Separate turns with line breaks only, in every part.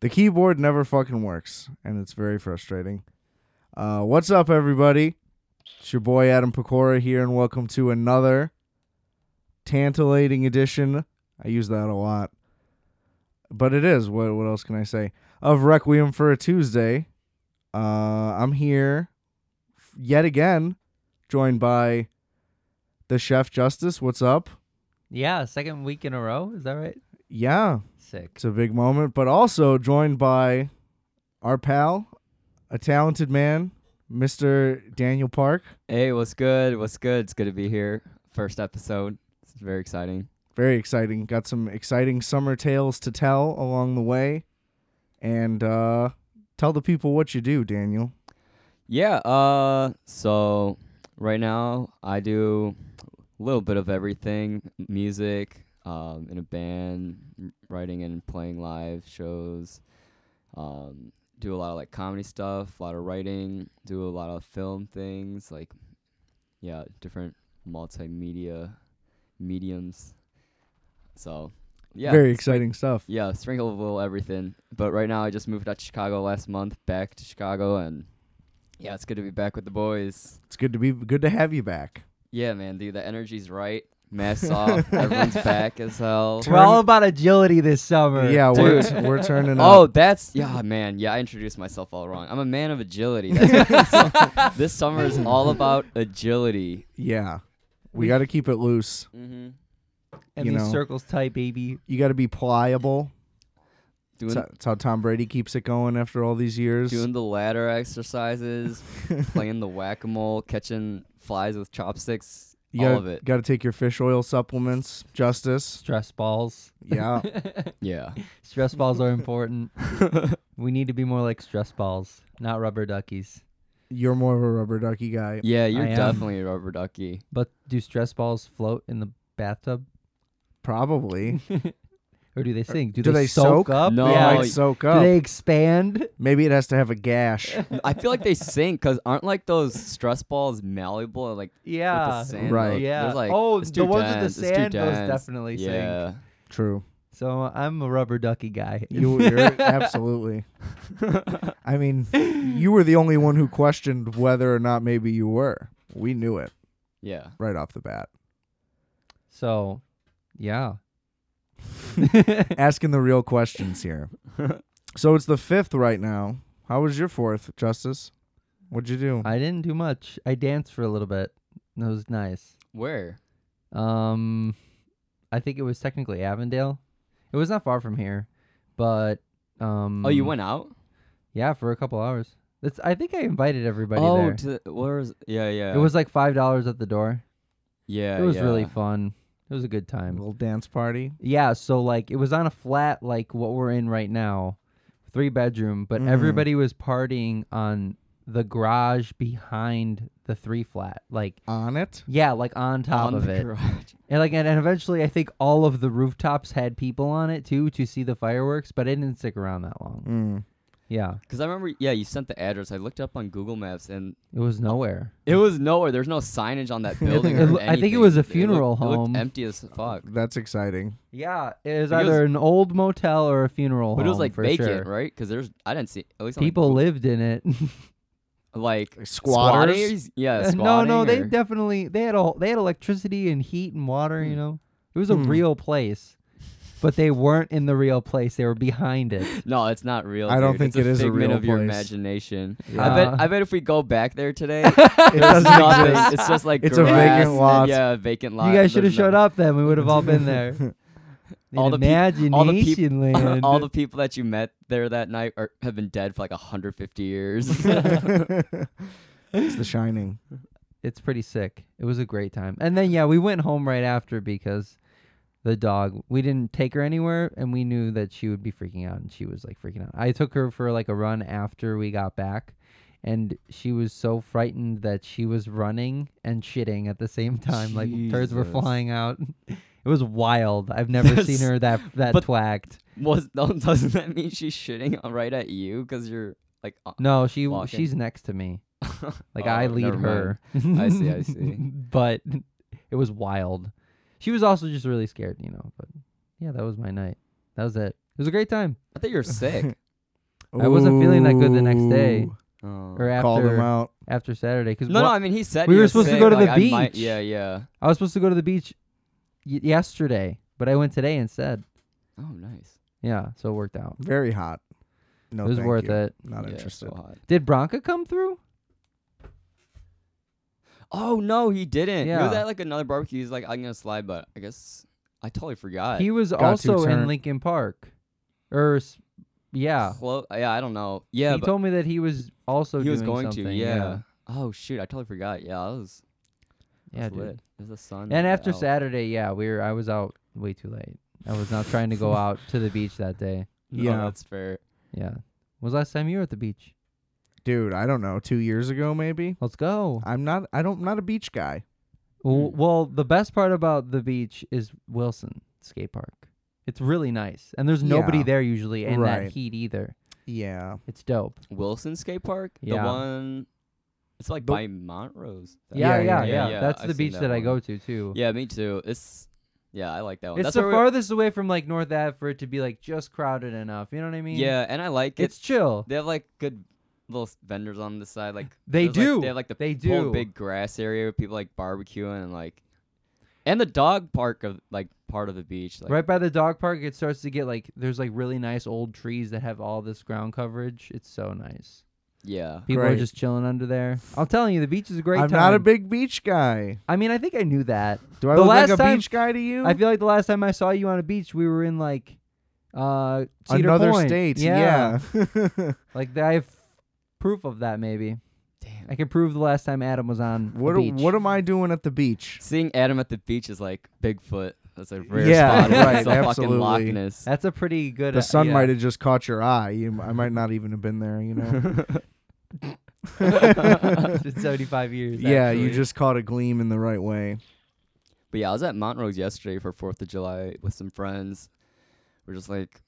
The keyboard never fucking works, and it's very frustrating. Uh, what's up, everybody? It's your boy Adam Pecora here, and welcome to another tantalating edition. I use that a lot, but it is. What what else can I say? Of Requiem for a Tuesday. Uh, I'm here yet again, joined by the chef Justice. What's up?
Yeah, second week in a row. Is that right?
Yeah,
Sick.
It's a big moment, but also joined by our pal, a talented man, Mr. Daniel Park.
Hey, what's good? What's good? It's good to be here. First episode. It's very exciting.
Very exciting. Got some exciting summer tales to tell along the way. And uh, tell the people what you do, Daniel.
Yeah, uh so right now I do a little bit of everything, music, um in a band, m- writing and playing live shows. Um do a lot of like comedy stuff, a lot of writing, do a lot of film things, like yeah, different multimedia mediums. So, yeah.
Very
it's pretty-
exciting stuff.
Yeah, sprinkle of a little everything. But right now, I just moved out to Chicago last month, back to Chicago, and yeah, it's good to be back with the boys.
It's good to be good to have you back.
Yeah, man, dude, the energy's right. Masks off, everyone's back as hell.
Turn-
We're all about agility this summer.
Yeah, we're,
Dude.
we're turning up.
Oh, that's yeah, man. Yeah, I introduced myself all wrong. I'm a man of agility. That's what this summer is all about agility.
Yeah. We got to keep it loose.
Mm-hmm.
and
you
these
know.
circles tight, baby.
You got to be pliable.
Doing
That's how- that's how Tom Brady keeps it going after all these years.
doing the ladder exercises, playing the whack a mole, catching flies with chopsticks.
You
all
gotta,
of it.
Got to take your fish oil supplements, Justice.
Stress balls.
Yeah,
Yeah.
Stress balls are important. we need to be more like stress balls, not rubber duckies.
you're more of a rubber ducky guy.
Yeah, you're
I am.
definitely a rubber ducky.
But do stress balls float in the bathtub?
Probably.
Or do they sink? Do,
do
they,
they soak?
soak, up?
No.
They
Yeah.
might
you-
soak
Do
up.
they expand?
Maybe it has to have a gash.
I feel like they sink because aren't like those stress balls malleable? Like
Yeah.
with the sand,
Right.
Like,
Yeah.
There's like,
Oh,
it's
the
too
ones with the
dense, it's too
sand, those
dense.
definitely sink.
yeah.
True.
So I'm a rubber ducky guy.
You, you're absolutely. I mean, you were the only one who questioned whether or not maybe you were. We knew it
Yeah.
right off the bat.
So, yeah.
Asking the real questions here. So it's the fifth right now. How was your fourth, Justice? What'd you do?
I didn't do much. I danced for a little bit. That was nice.
Where?
Um, I think it was technically Avondale. It was not far from here, but um.
Oh, you went out?
Yeah, for a couple hours. That's. I think I invited everybody
oh,
there.
to the, where is? Yeah, yeah.
It was like five dollars at the door.
Yeah.
it was
yeah.
really fun. It was a good
A
time.
little dance party.
Yeah. So like, it was on a flat like what we're in right now, three bedroom, but
Mm-hmm.
Mhm.
everybody was partying on the garage behind the three flat. Like,
On it?
yeah, like on top
On
of
the
it.
garage.
And like and, and eventually I think all of the rooftops had people on it too to see the fireworks, but it didn't stick around that long.
Mm.
Yeah.
Because I remember, yeah, you sent the address. I looked up on Google Maps and
It was nowhere.
it was nowhere. There's no signage on that building.
It
or
loo- I think Mm. it
anything.
was a
looked-
funeral
it looked
home.
empty as fuck.
That's exciting.
Yeah. It was
Like, it
either
was-
an old motel or a funeral
But it was
home,
like
for
vacant,
sure.
right? Because there's, I didn't see, at least on, like,
People
Google-
lived in it.
like
Squatters?
Yeah,
no, no,
squatting
they
or-
definitely they had all they had electricity and heat and water, you
Hmm.
know. It was a
Hmm.
real place. But they weren't in the real place. They were behind it.
No, it's not real.
I don't
dude.
think
it's a
it is a
figment
real
of your
place.
imagination.
Yeah.
I bet.
Uh,
I bet if we go back there today,
It
there's
doesn't
nothing.
exist.
It's just like
It's a
grass
vacant
and-
lot.
Yeah, a vacant lot.
You
and
guys should have
there's
showed
no-
up then. We would have all been there.
All the peop- all the peop-
Imagination land.
all the people that you met there that night are, have been dead for like 150 years.
it's The Shining.
it's pretty sick. It was a great time. And then yeah, we went home right after because the dog. We didn't take her anywhere, and we knew that she would be freaking out, and she was like freaking out. I took her for like a run after we got back, and she was so frightened that she was running and shitting at the same time. Like turds were
Jesus.
flying out. It was wild. I've never seen her that that
But-
twacked.
Was no, doesn't that mean she's shitting right at you because you're like? uh,
No, she
Walking.
she's next to me. Like I
Oh,
lead
never mind.
her.
I see, I see.
but it was wild. She was also just really scared, you know. But yeah, that was my night. That was it. It was a great time.
I think you're sick.
I wasn't feeling that good the next day.
Ooh.
Oh.
or
Called him
after
out.
after Saturday because
No, no. I mean, he said
We
he
were
was
supposed to
sick,
go to the
like, I might-
beach.
yeah, yeah.
I was supposed to go to the beach y- yesterday, but I went today instead.
Oh, nice.
Yeah, so it worked out.
Very hot. No,
it was
thank
worth
you.
it.
Not
Yeah, so
interested.
hot.
Did Bronca come through?
Oh no, he didn't. He
Yeah.
was at like another barbecue. He's like, I'm gonna slide, but I guess I totally forgot.
He was
too
also in
turned.
Lincoln Park, or s- yeah.
Clo- yeah, I don't know. Yeah,
he
but
told me that he was also
he was
doing
going to.
something,
Yeah. Oh shoot, I totally forgot. Yeah, I was. I
yeah,
was
dude.
lit. There's the sun.
And after
out.
Saturday, yeah, we were. I was out way too late. I was not trying to go out to the beach that day.
No,
Yeah.
Oh, that's fair.
Yeah, When was the last time you were at the beach?
Dude, I don't know. Two years ago, maybe.
Let's go.
I'm not. I don't. Not a beach guy.
W- Well, the best part about the beach is Wilson Skate Park. It's really nice, and there's nobody
Yeah.
there usually in
Right.
that heat either.
Yeah.
It's dope.
Wilson Skate Park,
Yeah.
the one. It's like
The-
by Montrose. That-
Yeah, yeah, yeah.
yeah,
That's the
I've seen
beach that, I
one.
go to too.
Yeah, me too. It's yeah, I like that one.
it's
that's
the
where we-
farthest away from like North Ave for it to be like just crowded enough. You know what I mean?
Yeah, and I like it.
it's chill.
They have like good little s- vendors on the side. Like
They
there's, like-
do.
they have like the
They do.
whole big grass area with people like barbecuing and like, and the dog park of like part of the beach. Like,
right by the dog park, it starts to get like there's like really nice old trees that have all this ground coverage. It's so nice.
Yeah.
People are
Great.
just chilling under there. I'm telling you, the beach is a great
I'm
time.
not a big beach guy.
I mean, I think I knew that.
Do I
The
look like
last
a
time-
beach guy to you?
I feel like the last time I saw you on a beach, we were in like uh Cedar
Another
Point.
state. Yeah.
Like th- I have proof of that maybe.
Damn.
I can prove the last time Adam was on the
what
beach.
What am I doing at the beach?
Seeing Adam at the beach is like Bigfoot. That's a rare
Yeah,
spot.
right,
It's the fucking Loch
absolutely.
Ness.
That's a pretty good uh,
The sun
yeah.
might have just caught your eye. You, I might not even have been there. You know.
it's been 75 years.
yeah, you
actually.
just caught a gleam in the right way.
But yeah, I was at Montrose yesterday for Fourth of July with some friends. We're just like,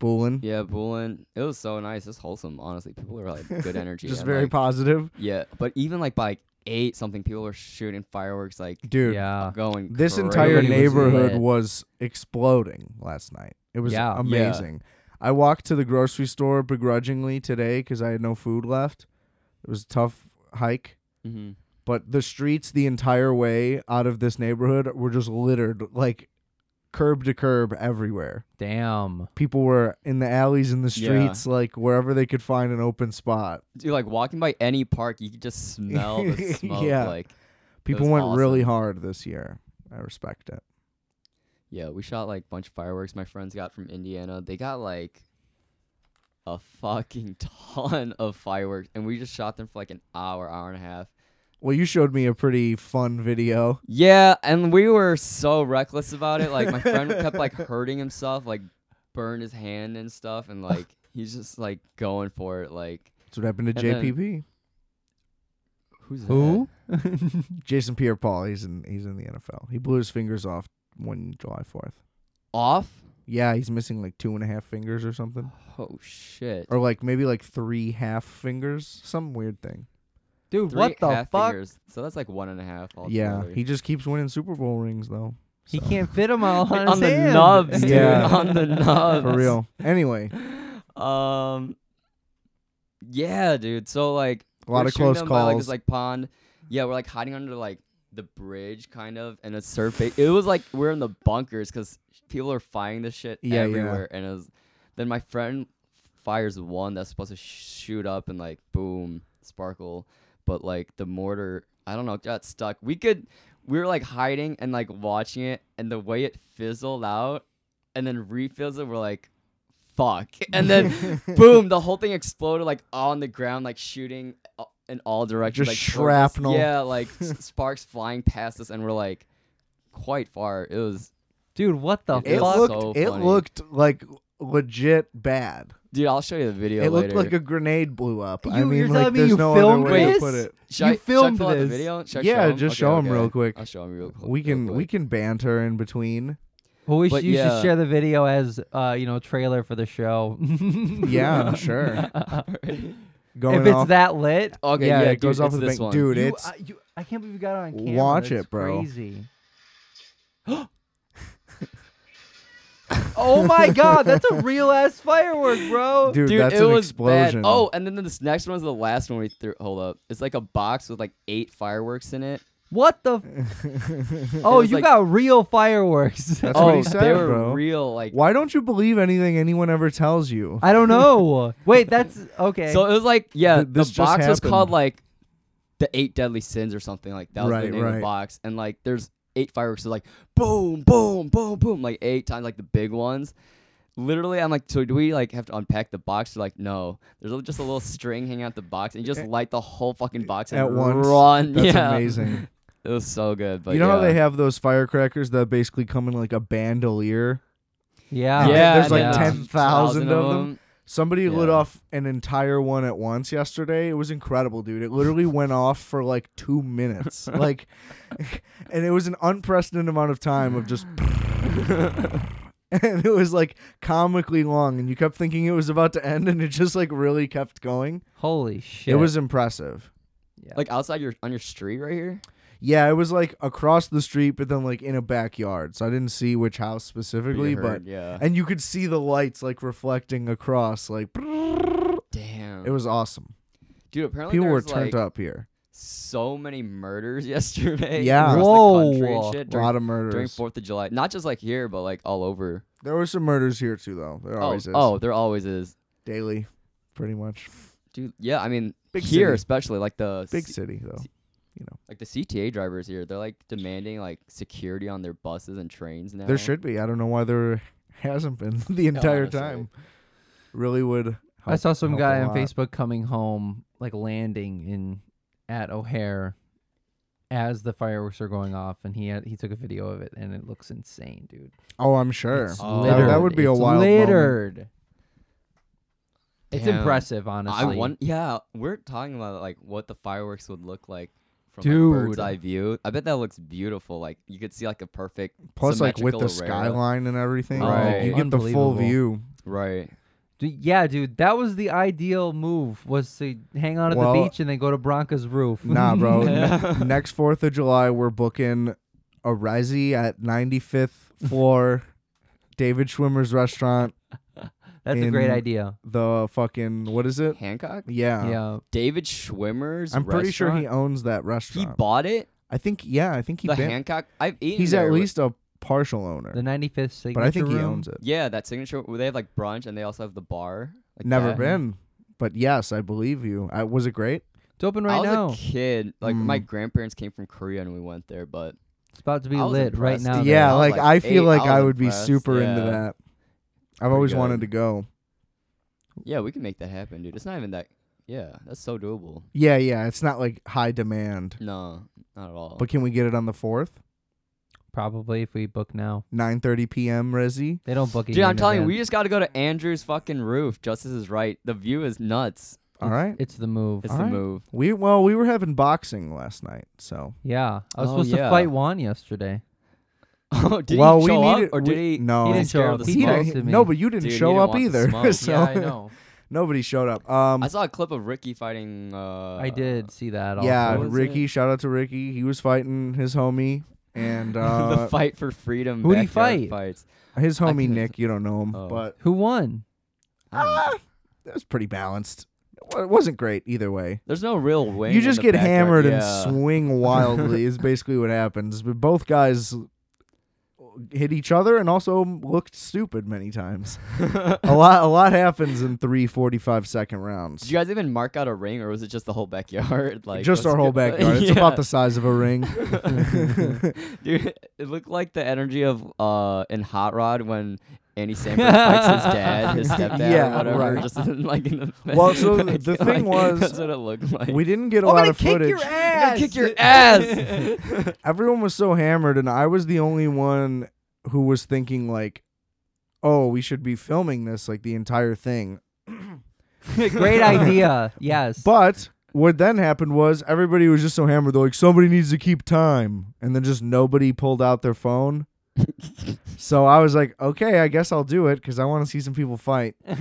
Bullen.
yeah, bowling. It was so nice. It's wholesome, honestly. People were like good energy.
Just
and,
very
like,
positive,
Yeah, but even like by eight something, people were shooting fireworks. Like
dude.
yeah.
going.
This
crazy.
entire
Everybody was
neighborhood
lit.
was exploding last night. It was
Yeah. Yeah.
amazing. I walked to the grocery store begrudgingly today because I had no food left. It was a tough hike,
Mhm.
but the streets the entire way out of this neighborhood were just littered like curb to curb everywhere.
Damn.
People were in the alleys in the
Yeah.
streets, like wherever they could find an open spot.
Dude, like walking by any park, you could just smell the smoke.
Yeah.
Like,
People
was
went really
awesome.
hard this year. I respect it.
yeah, we shot like a bunch of fireworks. My friends got from Indiana. They got like a fucking ton of fireworks, and we just shot them for like an hour, hour and a half.
Well, you showed me a pretty fun video.
Yeah, and we were so reckless about it. Like my friend kept like hurting himself, like burned his hand and stuff, and like he's just like going for it. Like
That's what happened to
And then-
JPP.
who's
Who?
Jason Pierre-Paul. He's in he's in the NFL. He blew his fingers off one July Fourth.
that? off?
Yeah, he's missing like two and a half fingers or something,
Oh shit!
or like maybe like three half fingers. Some weird thing.
Dude,
Three
what the
half
fuck?
fingers. So that's like one and a half.
yeah,
altogether.
he just keeps winning Super Bowl rings though.
He
So,
can't fit them all on,
on
his
the
hand.
knobs, dude.
Yeah.
On the knobs.
for real. Anyway,
Um. Yeah, dude. So like
a lot
we're
of
shooting
close
down by, like,
calls.
this like pond. Yeah, we're like hiding under like the bridge, kind of, and a surf. ba- it was like we're in the bunkers because people are firing this shit
Yeah, yeah.
everywhere, and it was, then my friend fires one that's supposed to shoot up and like boom sparkle, but like the mortar, I don't know, got stuck. We could, we were like hiding and like watching it, and the way it fizzled out, and then refills it, we're like. Fuck. And then boom, the whole thing exploded like on the ground, like shooting a- in all directions.
Just
like, towards us.
shrapnel.
Yeah, like s- sparks flying past us, and we're like quite far. It was,
Dude, what the
it
It
fuck?
was
looked
so
it
funny.
looked like legit bad.
dude. I'll show you the video.
It looked
later.
like a grenade blew up. I
You-
mean,
you're
like
telling me
there's
you
no other
filmed
way to
this?
put it.
Should
you
I,
filmed
should I pull out
this.
The video? Should I
Yeah,
show 'em?
just
Okay,
show 'em
okay.
real quick.
I'll show him real quick.
We can
real
we
quick.
can banter in between.
Well, we
But
should, you
yeah.
should share the video as uh, you know trailer for the show.
Yeah, sure.
Alright.
Going
if it's
off,
that lit,
okay,
yeah, it
dude,
goes off
it's
of the
this
bank,
one.
dude.
you- uh,
it's
I, you- I can't believe you got it on camera.
Watch
That's
it, bro.
Crazy. oh my god, that's a real ass firework, bro.
Dude,
Dude,
that's
it
an
was
explosion.
bad. Oh, and then this next one's the last one we threw. Hold up, it's like a box with like eight fireworks in it.
What the? F- oh,
was
you
like-
got real fireworks.
That's
oh,
what he said,
they were
bro.
real. Like
Why don't you believe anything anyone ever tells you?
I don't know. Wait, that's okay.
so, it was like yeah,
Th- this
the
just
box was
happened.
called like the Eight Deadly Sins or something. Like that was
Right,
the name of
right.
the box, and like there's eight fireworks. So like boom, boom, boom, boom, like eight times, like the big ones. Literally, I'm like, so do we like have to unpack the box? They're like, no. There's a- just a little string hanging out the box, and you just light the whole fucking box and
At once.
Run.
That's
yeah.
amazing.
It was so good. But
you know how
yeah.
they have those firecrackers that basically come in like a bandolier?
yeah,
Yeah, there's, like,
and, uh,
10,000 of them. Somebody lit
Yeah.
off an entire one at once yesterday. It was incredible, dude. It literally went off for like two minutes. Like, and it was an unprecedented amount of time of just. and it was like comically long, and you kept thinking it was about to end, and it just like really kept going.
Holy shit!
It was impressive.
Yeah.
Like outside your on your street right here.
Yeah, it was like across the street, but then like in a backyard. So I didn't see which house specifically,
You
but.
heard, yeah.
And you could see the lights like reflecting across, like
Damn.
it was awesome.
Dude, apparently
People
there
were
was
turned
like
up here.
so many murders yesterday.
Yeah.
across
Whoa.
The country and shit
A
during,
lot of murders.
during Fourth of July. Not just like here, but like all over.
There were some murders here too, though. There
oh,
always is.
oh, there always is.
daily, pretty much.
Dude, yeah. I mean,
Big
here
city.
especially, like the
Big
C-
city though.
like the CTA drivers here, they're like demanding like security on their buses and trains now.
There should be. I don't know why there hasn't been the entire
honestly.
time. Really would.
I
help-
saw some
help a
guy on
lot.
Facebook coming home, like landing in at O'Hare as the fireworks are going off, and he had, he took a video of it, and it looks insane, dude.
Oh, I'm sure.
It's
Oh.
That, that would be a
It's
wild moment.
littered. It's
Damn.
impressive,
I
honestly.
want. Yeah, we're talking about like what the fireworks would look like from
Dude.
like, bird's eye view. I bet that looks beautiful. Like you could see like a perfect
Plus, like with the
symmetrical array.
skyline and everything,
Oh,
like, you get the full
unbelievable.
view.
Right.
Du- yeah, dude, that was the ideal move was to hang out at
Well-
the beach and then go to Bronca's roof.
Nah, bro.
Yeah.
Ne- next Fourth of July, we're booking a resi at 95th floor, David Schwimmer's restaurant.
That's a great
in-
idea.
The fucking what is it?
Hancock.
Yeah.
yeah.
David Schwimmer's.
I'm pretty sure he
restaurant?
owns that
he
restaurant.
bought it.
I think yeah, I think he
the
ban-
Hancock. I've eaten.
he's at
there with-
least a partial owner,
The 95th signature
but I think he
room.
owns it.
Yeah, that signature. Where they have like brunch, and they also have the bar. like
Never
that.
been, but yes, I believe you. I, was it great?
It's open
I
right
was
now.
a kid. Like my
Mm.
grandparents came from Korea, and we went there. But
It's about to be
I was
lit right
impressed.
now.
yeah,
I was
like,
like
I feel
eight.
like
I
I
was
would be
impressed.
super into
Yeah.
that. I've
Pretty
always
good.
wanted to go.
yeah, we can make that happen, dude. It's not even that. Yeah, that's so doable.
Yeah, yeah, it's not like high demand,
No, not at all.
but can we get it on the fourth,
Probably if we book now.
nine thirty p.m. Resi?
They don't book it.
Dude, I'm telling you, we just got to go to Andrew's fucking roof. Justice is right. The view is nuts.
All right,
It's the move.
It's
All
the
right.
move.
we well we were having boxing last night, so
Yeah. I was
Oh,
supposed
yeah.
to fight Juan yesterday.
Oh, did
Well,
he
we
show up,
needed-
or did
we-
he?
no.
he
He
didn't
didn't show
scare
up.
the
He
He
didn't-
smoke.
didn't-
to me.
no, but you didn't
Dude, you
show
didn't
up
want the
either.
smoke.
So
yeah, I know.
nobody showed up. Um,
I saw a clip of Ricky fighting. Uh,
I did see that. Also.
yeah,
What was
Ricky. Shout out to Ricky. He was fighting his homie and uh,
the fight for freedom.
Who'd he
backyard
fight?
Fights.
His
I
homie
couldn't-
Nick, you don't know him,
Oh.
but ah,
Who won?
I don't know.
that was pretty balanced. It wa- It wasn't great either way.
There's no real win.
you just get hammered and
swung.
swing wildly is basically what happens. But both guys hit each other and also looked stupid many times. a lot, a lot happens in three 45 second rounds.
Did you guys even mark out a ring, or was it just the whole backyard? Like
Just our
let's
whole
go-
backyard. It's
Yeah.
about the size of a ring.
Dude, it looked like the energy of uh in Hot Rod when Andy Samberg fights his dad, his stepdad,
Yeah,
or whatever.
right.
Just in, like in the
Well, so the thing
like,
was-
that's what it looked like.
we didn't get a
I'm
lot
gonna
of
Oh, kick
footage.
your ass.
Oh, kick your ass.
everyone was so hammered and i was the only one who was thinking like oh we should be filming this like the entire thing
Great idea. Yes.
but what then happened was everybody was just so hammered they're like somebody needs to keep time and then just nobody pulled out their phone so i was like okay i guess i'll do it because i want to see some people fight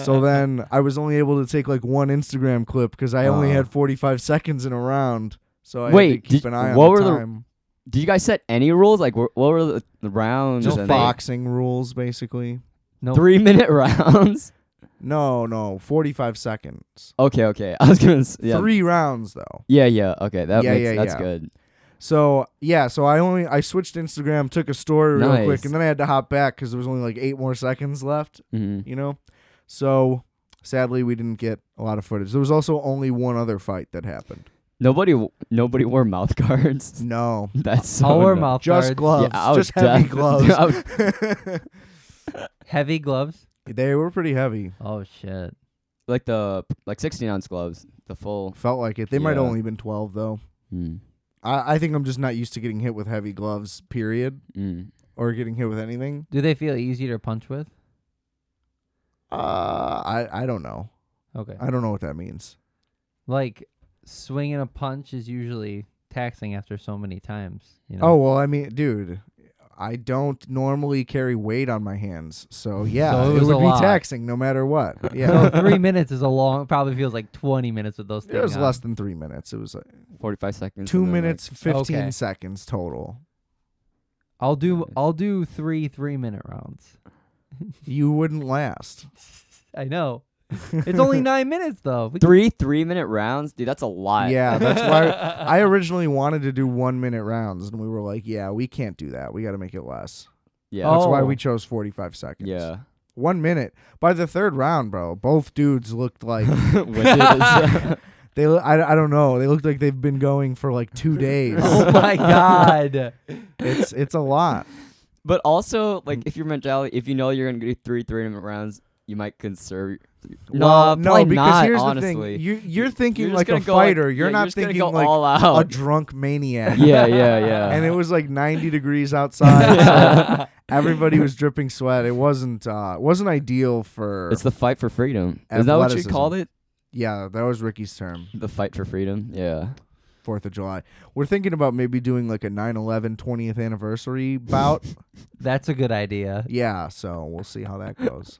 so then i was only able to take like one instagram clip because i only
Oh.
had 45 seconds in a round so i had to
Wait,
keep
did-
an eye
what
on
were
the
the-
time
Did you guys set any rules? Like, wh- what were the, the rounds?
Just
and they-
boxing rules, basically.
No,
Three minute rounds.
No, no, forty-five seconds.
Okay, okay. I was gonna. s- Yeah.
Three rounds though.
Yeah, yeah. Okay, that
Yeah,
makes
yeah,
that's
yeah.
good.
So yeah, so I only I switched Instagram, took a story real quick,
Nice.
and then I had to hop back because there was only like eight more seconds left.
Mhm.
You know, so sadly we didn't get a lot of footage. There was also only one other fight that happened.
Nobody, w- nobody wore mouth guards.
No,
That's so
I'll wear
no-
mouth
just
guards.
gloves,
Yeah, I was
just heavy
def-
gloves.
I was-
Heavy gloves.
they were pretty heavy.
Oh shit.
like the like 16 ounce gloves, the full.
Felt like it. They might
Yeah.
only been twelve though.
Mm,
I, I think I'm just not used to getting hit with heavy gloves. Period.
mm.
Or getting hit with anything.
Do they feel easy to punch with?
Uh, I I don't know.
Okay.
I don't know what that means.
like swinging a punch is usually taxing after so many times. You know.
Oh well, I mean, dude, I don't normally carry weight on my hands, so yeah,
So it
it,
was
would
a
be
lot. Oh,
taxing no matter what.
So
Yeah,
three minutes is a long. Probably feels like twenty minutes with those things.
it was
on.
less than three minutes. It was like
45 seconds.
two
and then, like-
minutes fifteen
Okay.
seconds total.
I'll do.
minutes.
I'll do three three-minute rounds.
You wouldn't last.
I know. It's only nine minutes though. We
three three minute rounds, dude. That's a lot.
Yeah, that's why I originally wanted to do one minute rounds, and we were like, yeah, we can't do that. We got to make it less.
Yeah.
Oh.
That's why we chose forty five seconds.
Yeah.
one minute. By the third round, bro, both dudes looked like
Which is-
They, lo- I, I don't know. They look like they've been going for like two days.
oh my god.
it's it's a lot.
but also,
Mm.
like, if your mentality, if you know you're gonna do three three minute rounds, you might conserve. No,
Well, no,
probably
because
not,
here's
honestly.
the thing. You you're thinking
You're just
like a
gonna go,
fighter. you're
yeah,
not
just gonna
thinking
go
like
all
a
out.
drunk maniac.
yeah, yeah, yeah.
And it was like 90 degrees outside. so everybody was dripping sweat. It wasn't uh it wasn't ideal for
it's the fight for freedom. Is that what you
Athleticism.
called it?
Yeah, that was Ricky's term.
The fight for freedom. Yeah.
4th of July. We're thinking about maybe doing like a 9/11 20th anniversary bout.
That's a good idea.
yeah, so we'll see how that goes.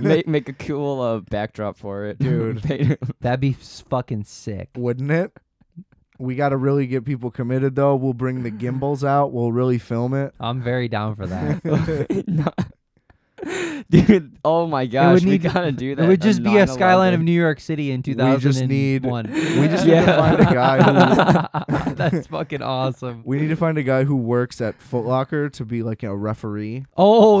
make make a cool uh, backdrop for it,
Dude.
Paint it-
That'd be s- fucking sick.
wouldn't it? We got to really get people committed, though. We'll bring the gimbals out. We'll really film it.
I'm very down for that.
No. Dude, oh my gosh, we
need-
gotta do that.
it would just be a skyline of
9/11.
New York City in
just
2001.
We just need to
Yeah.
find a guy who.
That's fucking awesome.
We need to find a guy who works at Foot Locker to be like a referee.
Oh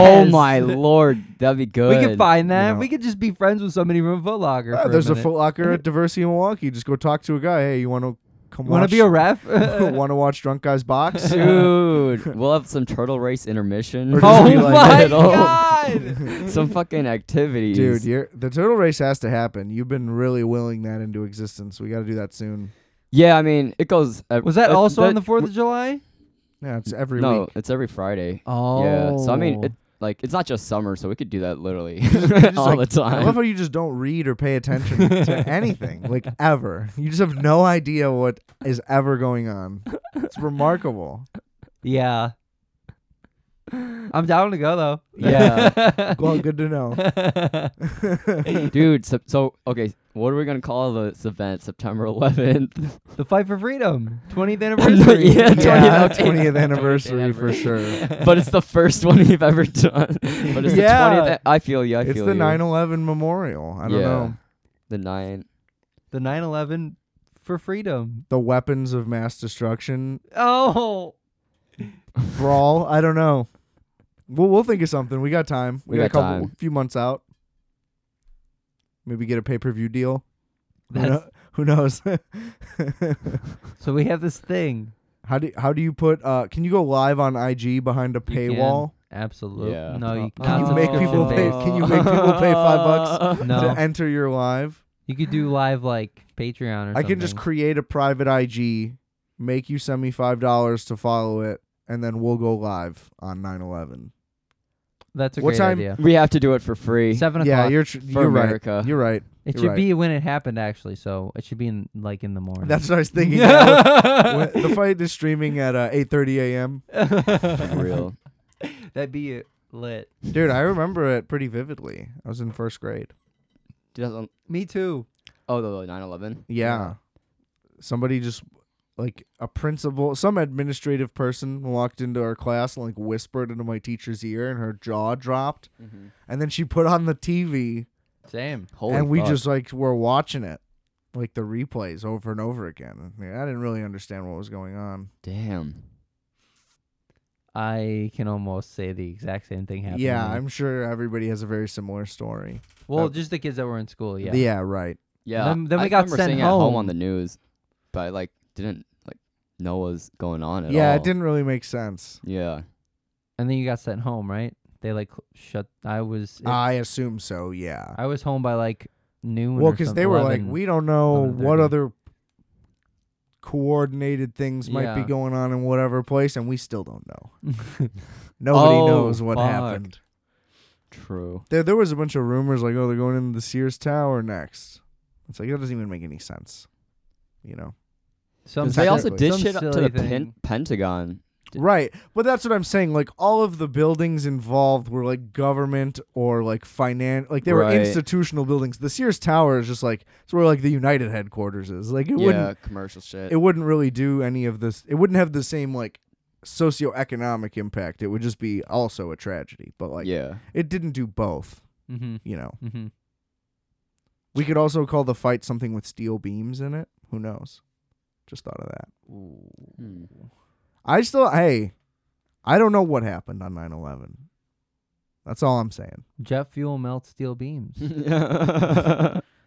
Oh my lord, that'd be good.
We could find that.
know.
We could just be friends with somebody from Foot Locker.
Uh,
for
there's a,
minute.
Foot Locker at Diversity in Milwaukee. Just go talk to a guy. Hey, you want to come?
Want to
watch-
be a ref?
want to watch drunk guys box?
Dude, we'll have some turtle race intermission.
Or just
oh
be like
my
that
god.
Some fucking activities.
Dude, you're, the turtle race has to happen. You've been really willing that into existence. We got to do that soon.
yeah, I mean, it goes. uh,
Was that
uh,
also on the Fourth of July?
Yeah, it's every
No,
week.
it's every Friday.
Oh.
Yeah, so I mean, it, like it's not just summer, so we could do that literally
just,
all
like,
the
I love
time.
how you just don't read or pay attention to anything, like ever. You just have no idea what is ever going on. It's remarkable.
yeah. I'm down to go though.
Yeah.
Well, good to know.
Dude, so, so okay, what are we gonna call this event? September 11th.
the fight for freedom, 20th anniversary.
Yeah, 20th
Yeah,
20th
20th anniversary for sure.
but it's the first one you've ever done. But it's
Yeah.
the 20th. I feel you. I
It's
feel
the
you.
9 11 memorial. I don't
Yeah.
know.
The nine.
the 9/11 for freedom.
The weapons of mass destruction
Oh,
brawl. I don't know. We'll, we'll think of something. We got time. We,
We
got,
got
a couple,
time.
few months out. Maybe get a pay per view deal. Who,
That's-
kno- who knows?
so we have this thing.
How do how do you put? Uh, can you go live on IG behind a
You can.
paywall?
Absolutely.
Yeah.
No, you
Can
not
you make people pay?
subscription-based.
Can you make people pay five bucks
No.
to enter your live?
You could do live like Patreon or
I can just
something.
create a private IG, make you send me five dollars to follow it, and then we'll go live on 9/11.
That's a
What
great
time-
idea.
We have to do it for free
Seven o'clock.
Yeah, you're tr-
for
you're right.
America.
You're right.
it
you're
should
right.
be when it happened actually. So it should be in like in the morning.
That's what I was thinking. yeah, when- when- the fight is streaming at uh, 8:30 a.m.
for real.
That'd be it. lit.
Dude, I remember it pretty vividly. I was in first grade.
2000
Me too.
Oh, the 9 11?
Yeah. Somebody just like a principal, some administrative person walked into our class and like whispered into my teacher's ear, and her jaw dropped.
Mm-hmm.
And then she put on the TV,
Same.
Holy
and we
fuck.
just like were watching it, like the replays over and over again. I, mean, I didn't really understand what was going on.
damn.
I can almost say the exact same thing happened. to
yeah,
me.
I'm sure everybody has a very similar story.
well, just the kids that were in school. Yeah.
yeah right.
Yeah.
Then- then
I
we got
remember
sent
seeing it at home
home.
on the news, but I like didn't like know what was going on at
yeah,
all.
it didn't really make sense.
Yeah.
And then you got sent home, right? They like cl- shut. I was. it-
I assume so. Yeah.
I was home by like noon.
Well,
because
they were like, we don't know what
11:30.
other coordinated things might be
Yeah.
going on in whatever place, and we still don't know. Nobody
Oh,
knows what
fuck.
happened.
True.
There, there was a bunch of rumors like, oh, they're going into the Sears Tower next. It's like that doesn't even make any sense, you know?
Some
'Cause they also
silly-
did
some
shit up to
silly
the pen-
thing.
Pentagon. D-
Right, but that's what I'm saying. Like all of the buildings involved were like government or like finance, like they
Right.
were institutional buildings. The Sears Tower is just like it's where like the United headquarters is. Like it wouldn't
yeah, commercial shit.
it wouldn't really do any of this. It wouldn't have the same like socioeconomic impact. It would just be also a tragedy. But like
yeah.
it didn't do both,
Mhm,
you know.
mhm.
We could also call the fight something with steel beams in it. Who knows? Just thought of that.
Hmm.
I still hey, I don't know what happened on 9/11. That's all I'm saying.
Jet fuel melts steel beams.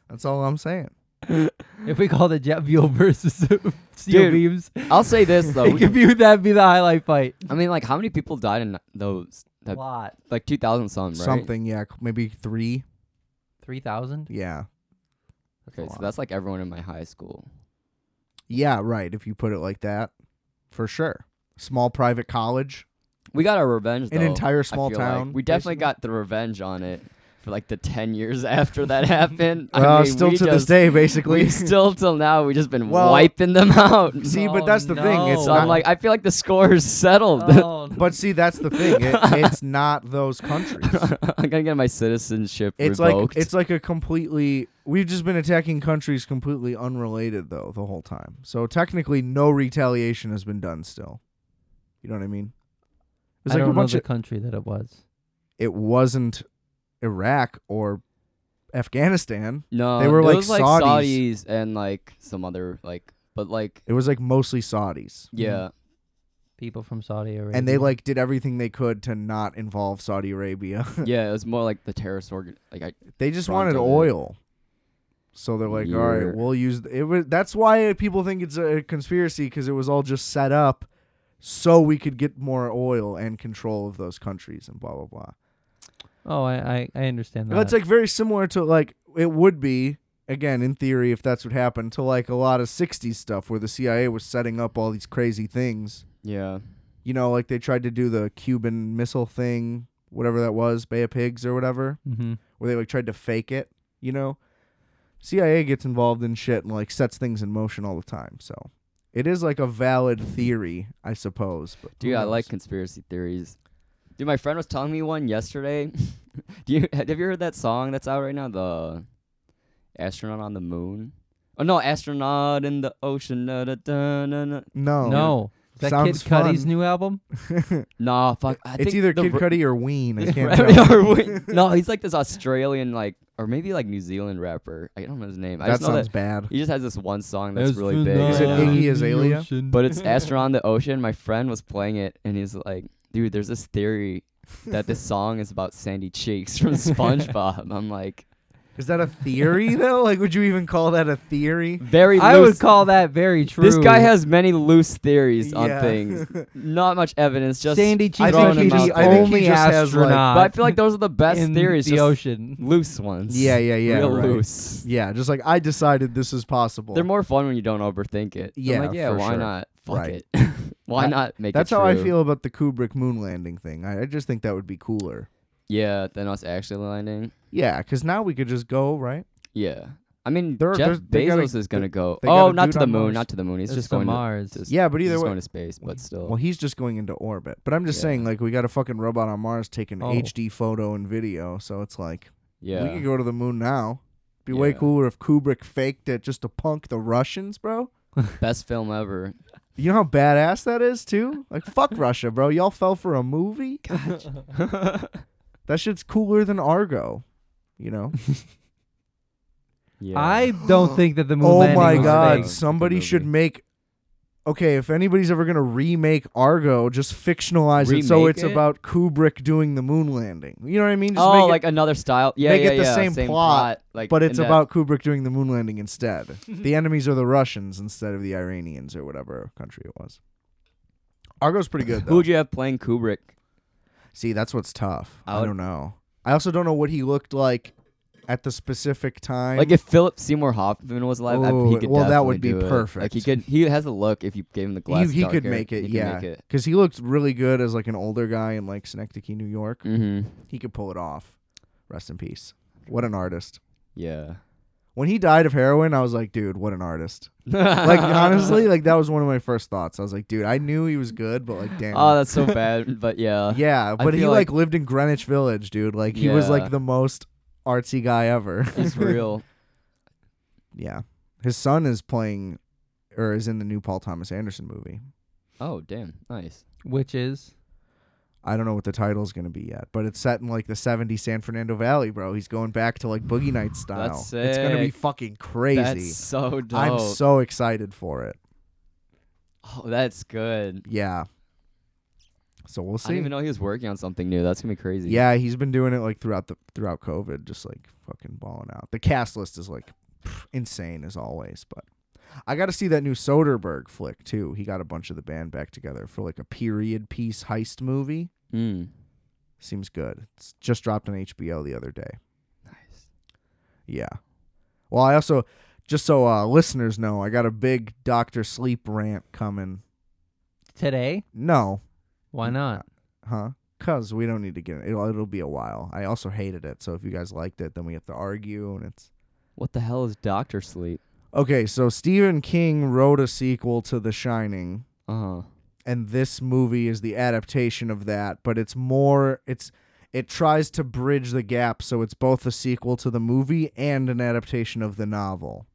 That's all I'm saying.
if we call the jet fuel versus steel
Dude,
beams,
I'll say this though.
it could be that'd be the highlight fight.
I mean, like, how many people died in those?
A
That,
lot.
like two thousand some, right?
Something, yeah, c- maybe 3.
Three thousand.
Yeah.
Okay, so that's like everyone in my high school.
Yeah, right, if you put it like that. For sure. Small private college.
We got our revenge.
An
though,
entire
I
small
feel like.
town,
We definitely
basically.
got the revenge on it for like the ten years after that happened. I
Well,
mean,
still
we
to this
just-
day
we
basically.
still till now we just been
Well-
wiping them out.
See,
Oh,
but that's the thing. It's
no.
So I'm
not
like, I feel like the score is settled.
Oh,
But see, that's the thing. It, it's not those countries.
I'm gonna get my citizenship
It's
revoked.
like it's like a completely. We've just been attacking countries completely unrelated though the whole time. So technically, no retaliation has been done. Still, you know what I mean? It was
I
like
don't
a bunch
know
of.
the country that it was.
It wasn't Iraq or Afghanistan.
no,
they were
it
like
was like
Saudis.
Saudis and like some other like, but like
It was like mostly Saudis,
yeah,
People from Saudi Arabia.
and they like did everything they could to not involve Saudi Arabia.
yeah. It was more like the terrorist organ. Like I
They just
front
wanted
of it.
oil. So they're like, all
Yeah.
right, we'll use th- it. Was, that's why people think it's a conspiracy because it was all just set up so we could get more oil and control of those countries and blah blah blah.
Oh, I I, I understand that.
That's like very similar to like it would be again in theory if that's what happened to like a lot of '60s stuff where the CIA was setting up all these crazy things.
yeah.
You know, like they tried to do the Cuban missile thing, whatever that was, Bay of Pigs or whatever
hmm
where they like tried to fake it, you know. CIA gets involved in shit and like sets things in motion all the time. So it is like a valid theory, I suppose. But who
Dude, I uh, like
knows?
conspiracy theories. Dude, my friend was telling me one yesterday. Do you have you heard that song that's out right now? The astronaut on the moon. Oh no, astronaut in the ocean. Na, da, da, na, na.
no,
no. Is that
Oh, Sounds
Kid Cudi's
fun.
new album?
Nah, fuck. I
it's
think
either
the
Kid
r-
Cudi or Ween. I can't
Right,
tell.
or we- no, he's like this Australian, like, or maybe like New Zealand rapper. I don't know his name. I
That
just know
sounds
that
bad.
he just has this one song that's really big.
Is it
right now.
Iggy Azalea?
but it's astronaut in the ocean. My friend was playing it, and he's like, "Dude, there's this theory that this song is about Sandy Cheeks from SpongeBob." And I'm like,
Is that a theory though? Like, would you even call that a theory?
very.
I
loose.
would call that very true.
This guy has many loose theories on
Yeah.
things. Not much evidence. Just
Sandy
I
Cheeks
throwing
think he
is
him
just-
the
out
I
there.
think he
only
just has, like-
astronaut
but I feel like those are the best
in
theories.
the
just
ocean.
loose ones.
Yeah, yeah, yeah.
Real
right.
loose.
Yeah, just like I decided this is possible.
They're more fun when you don't overthink it. I'm
Yeah,
like, yeah.
for
Why
sure.
not? Fuck
Right.
it. why
That-
not make
That's
it
how I
true?
feel about the Kubrick moon landing thing. I, I just think that would be cooler.
Yeah. Then us actually landing.
Yeah, because now we could just go right.
Yeah. I mean,
They're-
Jeff
they're- they
Bezos
gotta-
is gonna go.
they
Oh,
gotta
not
do
to
it
the
on
moon,
Mars.
not to the moon. It's,
It's
just
to
going
Mars.
To, just,
Yeah, but
it's
either
just
way,
going to space, but still.
Well, he's just going into orbit. But I'm just
Yeah.
saying, like, we got a fucking robot on Mars taking
Oh.
HD photo and video. So it's like, we
yeah.
could go to the moon now. Be way
Yeah.
cooler if Kubrick faked it just to punk the Russians, bro.
Best film ever.
You know how badass that is too? Like fuck Russia, bro. Y'all fell for a movie? That shit's cooler than Argo. You know?
yeah.
I don't think that the moon
oh
landing
my
was
god,
fake.
It's a
somebody
good
should
movie.
make Okay, if anybody's ever gonna remake Argo, just fictionalize it so
Remake
it's
it?
about Kubrick doing the moon landing. You know what I mean? Just
oh,
make
like uh, another style. Yeah,
make
yeah,
it the
yeah,
same plot,
plot. Like,
it, but it's
in that-
about Kubrick doing the moon landing instead. the enemies are the Russians instead of the Iranians or whatever country it was. Argo's pretty good
who
though.
would you have playing Kubrick?
See, that's what's tough.
I
I,
would-
don't know. I also don't know what he looked like at the specific time.
Like if Philip Seymour Hoffman was alive, I-
Ooh,
he could
well, that would
definitely
be
do it. Like he
perfect.
could, he has a look. If you gave him the glass,
he could
darker,
make it,
he could
yeah.
make it.
because he looked really good as like an older guy in like Schenectady, New York.
Mm-hmm.
He could pull it off. Rest in peace. What an artist.
Yeah.
When he died of heroin, I was like, dude, what an artist. Like honestly, like that was one of my first thoughts. I was like, dude, I knew he was good, but like, damn.
oh, that's so bad. But yeah.
yeah, but he
feel
like,
like-
lived in Greenwich Village, dude. Like he was
Yeah.
like the most artsy guy ever.
It's real.
Yeah. His son is playing or is in the new Paul Thomas Anderson movie.
Oh, damn. Nice.
Which is
I don't know what the title's going to be yet, but it's set in like the 70s San Fernando Valley, bro. He's going back to like Boogie Nights style.
That's
It's going to be
sick.
fucking crazy.
That's so dope.
I'm so excited for it.
oh, that's good.
Yeah. So we'll
I didn't
see.
even know he was working on something new. That's gonna be crazy.
Yeah, he's been doing it like throughout the throughout COVID, just like fucking balling out. The cast list is like pff, insane as always, but I got to see that new Soderbergh flick too. He got a bunch of the band back together for like a period piece heist movie.
Mm.
Seems good. It's just dropped on HBO the other day.
Nice.
Yeah. Well, I also just so uh, listeners know, I got a big Doctor Sleep rant coming.
today.
No,
Why not?
huh? Cause we don't need to get it. It'll, it'll be a while. I also hated it, so if you guys liked it, then we have to argue, and it's
What the hell is Doctor Sleep?
Okay, so Stephen King wrote a sequel to The Shining,
Uh huh.
and this movie is the adaptation of that, but it's more it's it tries to bridge the gap so it's both a sequel to the movie and an adaptation of the novel.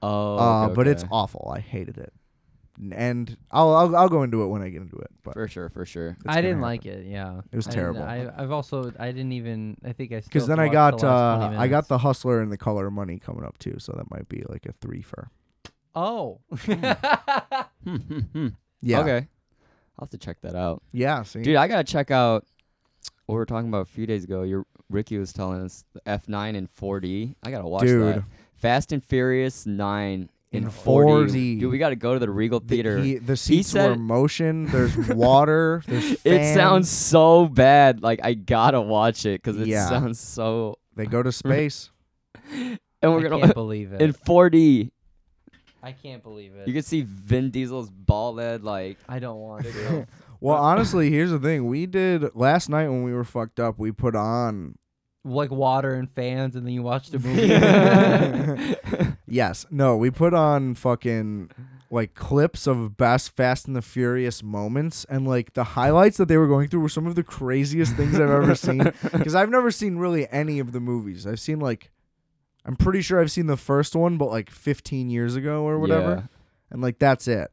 Oh.
uh,
okay,
but it's
okay.
awful. I hated it. N- And I'll, I'll I'll go into it when I get into it, but
for sure, for sure.
it's
I
gonna
didn't
happen.
like it. Yeah,
It was
I didn't-
terrible.
I, I've also I didn't even I think I
Cuz
because
then I got uh, I got the hustler and the color of money coming up too, so that might be like a three for.
oh
Hmm, hmm, hmm.
Yeah.
Okay. I'll have to check that out.
Yeah, see.
Dude, I gotta check out what we were talking about a few days ago. Your Ricky was telling us the F9 in 4D. I gotta watch
Dude.
that. Fast and Furious 9 in,
In 4D.
Dude, we gotta go to the Regal
The-
Theater.
he- the seats were
said-
motion. There's water. There's
it
fans.
sounds so bad. Like I gotta watch it because it
Yeah.
sounds so.
They go to space.
And
I
we're
can't
gonna
believe it.
in 4D.
I can't believe it.
You can see Vin Diesel's bald head. Like
I don't want to.
Well, honestly, here's the thing. We did last night when we were fucked up. We put on.
like water and fans, and then you watch the movie.
Yes. No. We put on fucking like clips of best Fast and the Furious moments, and like the highlights that they were going through were some of the craziest things I've ever seen. Because I've never seen really any of the movies. I've seen like. I'm pretty sure I've seen the first one, but like 15 years ago or whatever.
Yeah.
and like that's it.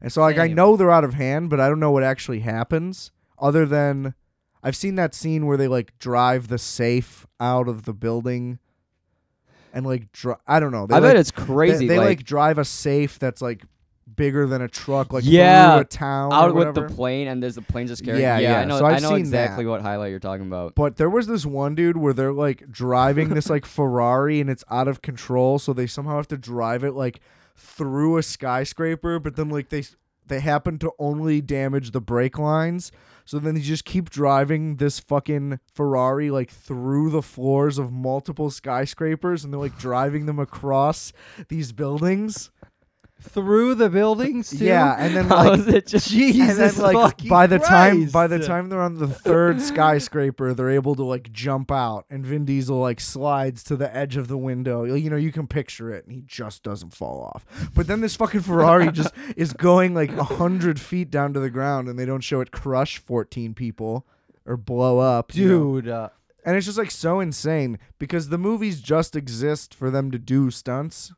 And so like I
Same.
know they're out of hand, but I don't know what actually happens other than I've seen that scene where they like drive the safe out of the building and like dri- I don't know. They,
I
like,
bet it's
they-
crazy.
They,
like,
like drive a safe that's like bigger than a truck like
Yeah,
through a town or
out with the
whatever.
plane and there's the plane just carrying.
Yeah, yeah,
I know.
so I've
I know
seen
exactly
that.
what highlight you're talking about.
But there was this one dude where they're like driving this like Ferrari and it's out of control, so they somehow have to drive it like through a skyscraper, but then like they they happen to only damage the brake lines. So then they just keep driving this fucking Ferrari like through the floors of multiple skyscrapers and they're like driving them across these buildings.
Through the buildings, too?
Yeah, and then
How
like
is it just?
and then
Jesus
like
fucking
by the time
Christ.
by the time they're on the third skyscraper, they're able to like jump out, and Vin Diesel like slides to the edge of the window. You know, you can picture it, and he just doesn't fall off. But then this fucking Ferrari just is going like a hundred feet down to the ground, and they don't show it crush fourteen people or blow up, you know?
Dude, uh,
And it's just like so insane because the movies just exist for them to do stunts.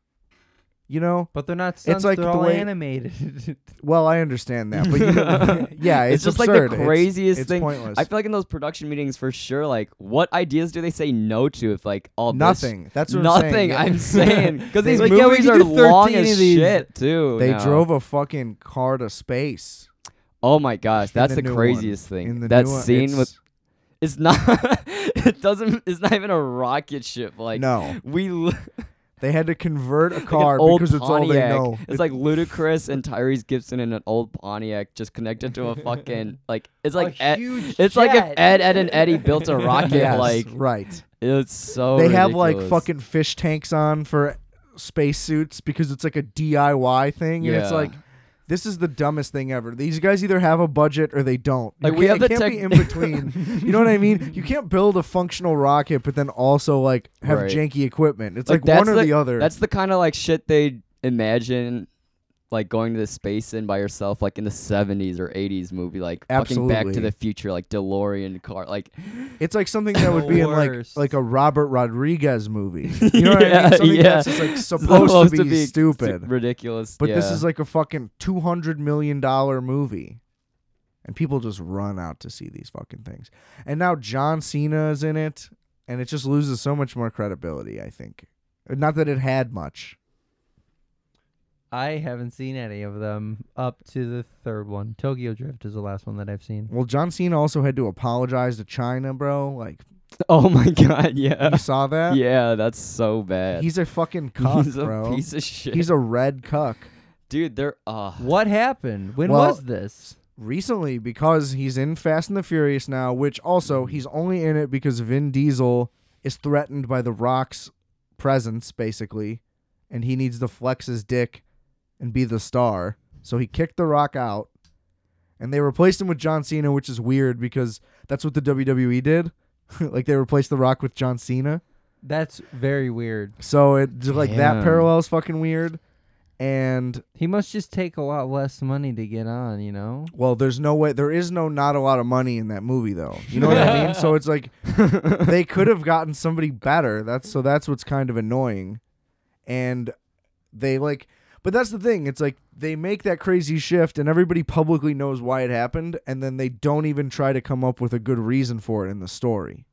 You know,
But they're not stunts.
It's like
they're
the
all
way-
animated.
well, I understand that, but you know, yeah, it's,
it's, just
absurd.
like the
It's-
craziest
it's
thing.
pointless.
I feel like in those production meetings for sure, like what ideas do they say no to if like all this-
nothing. That's what I'm saying.
nothing. I'm saying because
They-
these
like, yeah, we
movies
can
are
do 13
long
of
as
these.
shit too.
They
now.
drove a fucking car to space.
Oh my gosh,
in
that's
the
the,
new one.
craziest
In
thing.
the
that
new one-
scene with
it's-
it's not. it doesn't. It's not even a rocket ship. Like
no,
we l-
they had to convert a
like an
car
old
because it's all they
Pontiac.
know.
It's like Ludacris and Tyrese Gibson in an old Pontiac just connected to a fucking like. It's like e,
a
Ed,
huge
it's like if
jet.
Ed, Ed, and Eddie built a rocket.
yes,
Like
right.
it's so.
they have like
Oh, ridiculous.
fucking fish tanks on for spacesuits because it's like a DIY thing, and it's
Yeah.
like this is the dumbest thing ever. These guys either have a budget or they don't. You
Like, we
can't-
have
it
the
can't
tech-
be in between. you know what I mean? You can't build a functional rocket, but then also like have
Right.
janky equipment. It's
Like,
like, one
that's
or the, other.
That's the kind of like shit they imagine like going to the space in by yourself like in the 70s or 80s movie like fucking back
Absolutely.
to the future like DeLorean car like
It's like something that would be in like
Worst.
like a Robert Rodriguez movie. You know what I mean? Something that's just like supposed,
Supposed
to, be
s-
stupid.
ridiculous
but this
yeah.
is like a fucking two hundred million dollar movie. And people just run out to see these fucking things. And now John Cena is in it, and it just loses so much more credibility, I think. Not that it had much.
I haven't seen any of them up to the third one. Tokyo Drift is the last one that I've seen.
Well, John Cena also had to apologize to China, bro. Like
oh my god yeah
you saw that?
yeah that's so bad
He's a fucking cuck,
He's a
bro.
piece of shit
He's a red cuck.
dude they're uh
What happened? When
Well,
was this?
recently because he's in Fast and the Furious now, which also he's only in it because Vin Diesel is threatened by The Rock's presence, basically, and he needs to flex his dick and be the star. So he kicked The Rock out, and they replaced him with John Cena, which is weird because that's what the WWE did. like they replaced The Rock with John Cena.
That's very weird.
So it just, like that
Damn.
parallel is fucking weird. And
He must just take a lot less money to get on, you know?
Well, there's no way. There is no not a lot of money in that movie, though. You know what I mean? So it's like they could have gotten somebody better. That's so that's what's kind of annoying, and they like. But that's the thing. It's like they make that crazy shift, and everybody publicly knows why it happened, and then they don't even try to come up with a good reason for it in the story.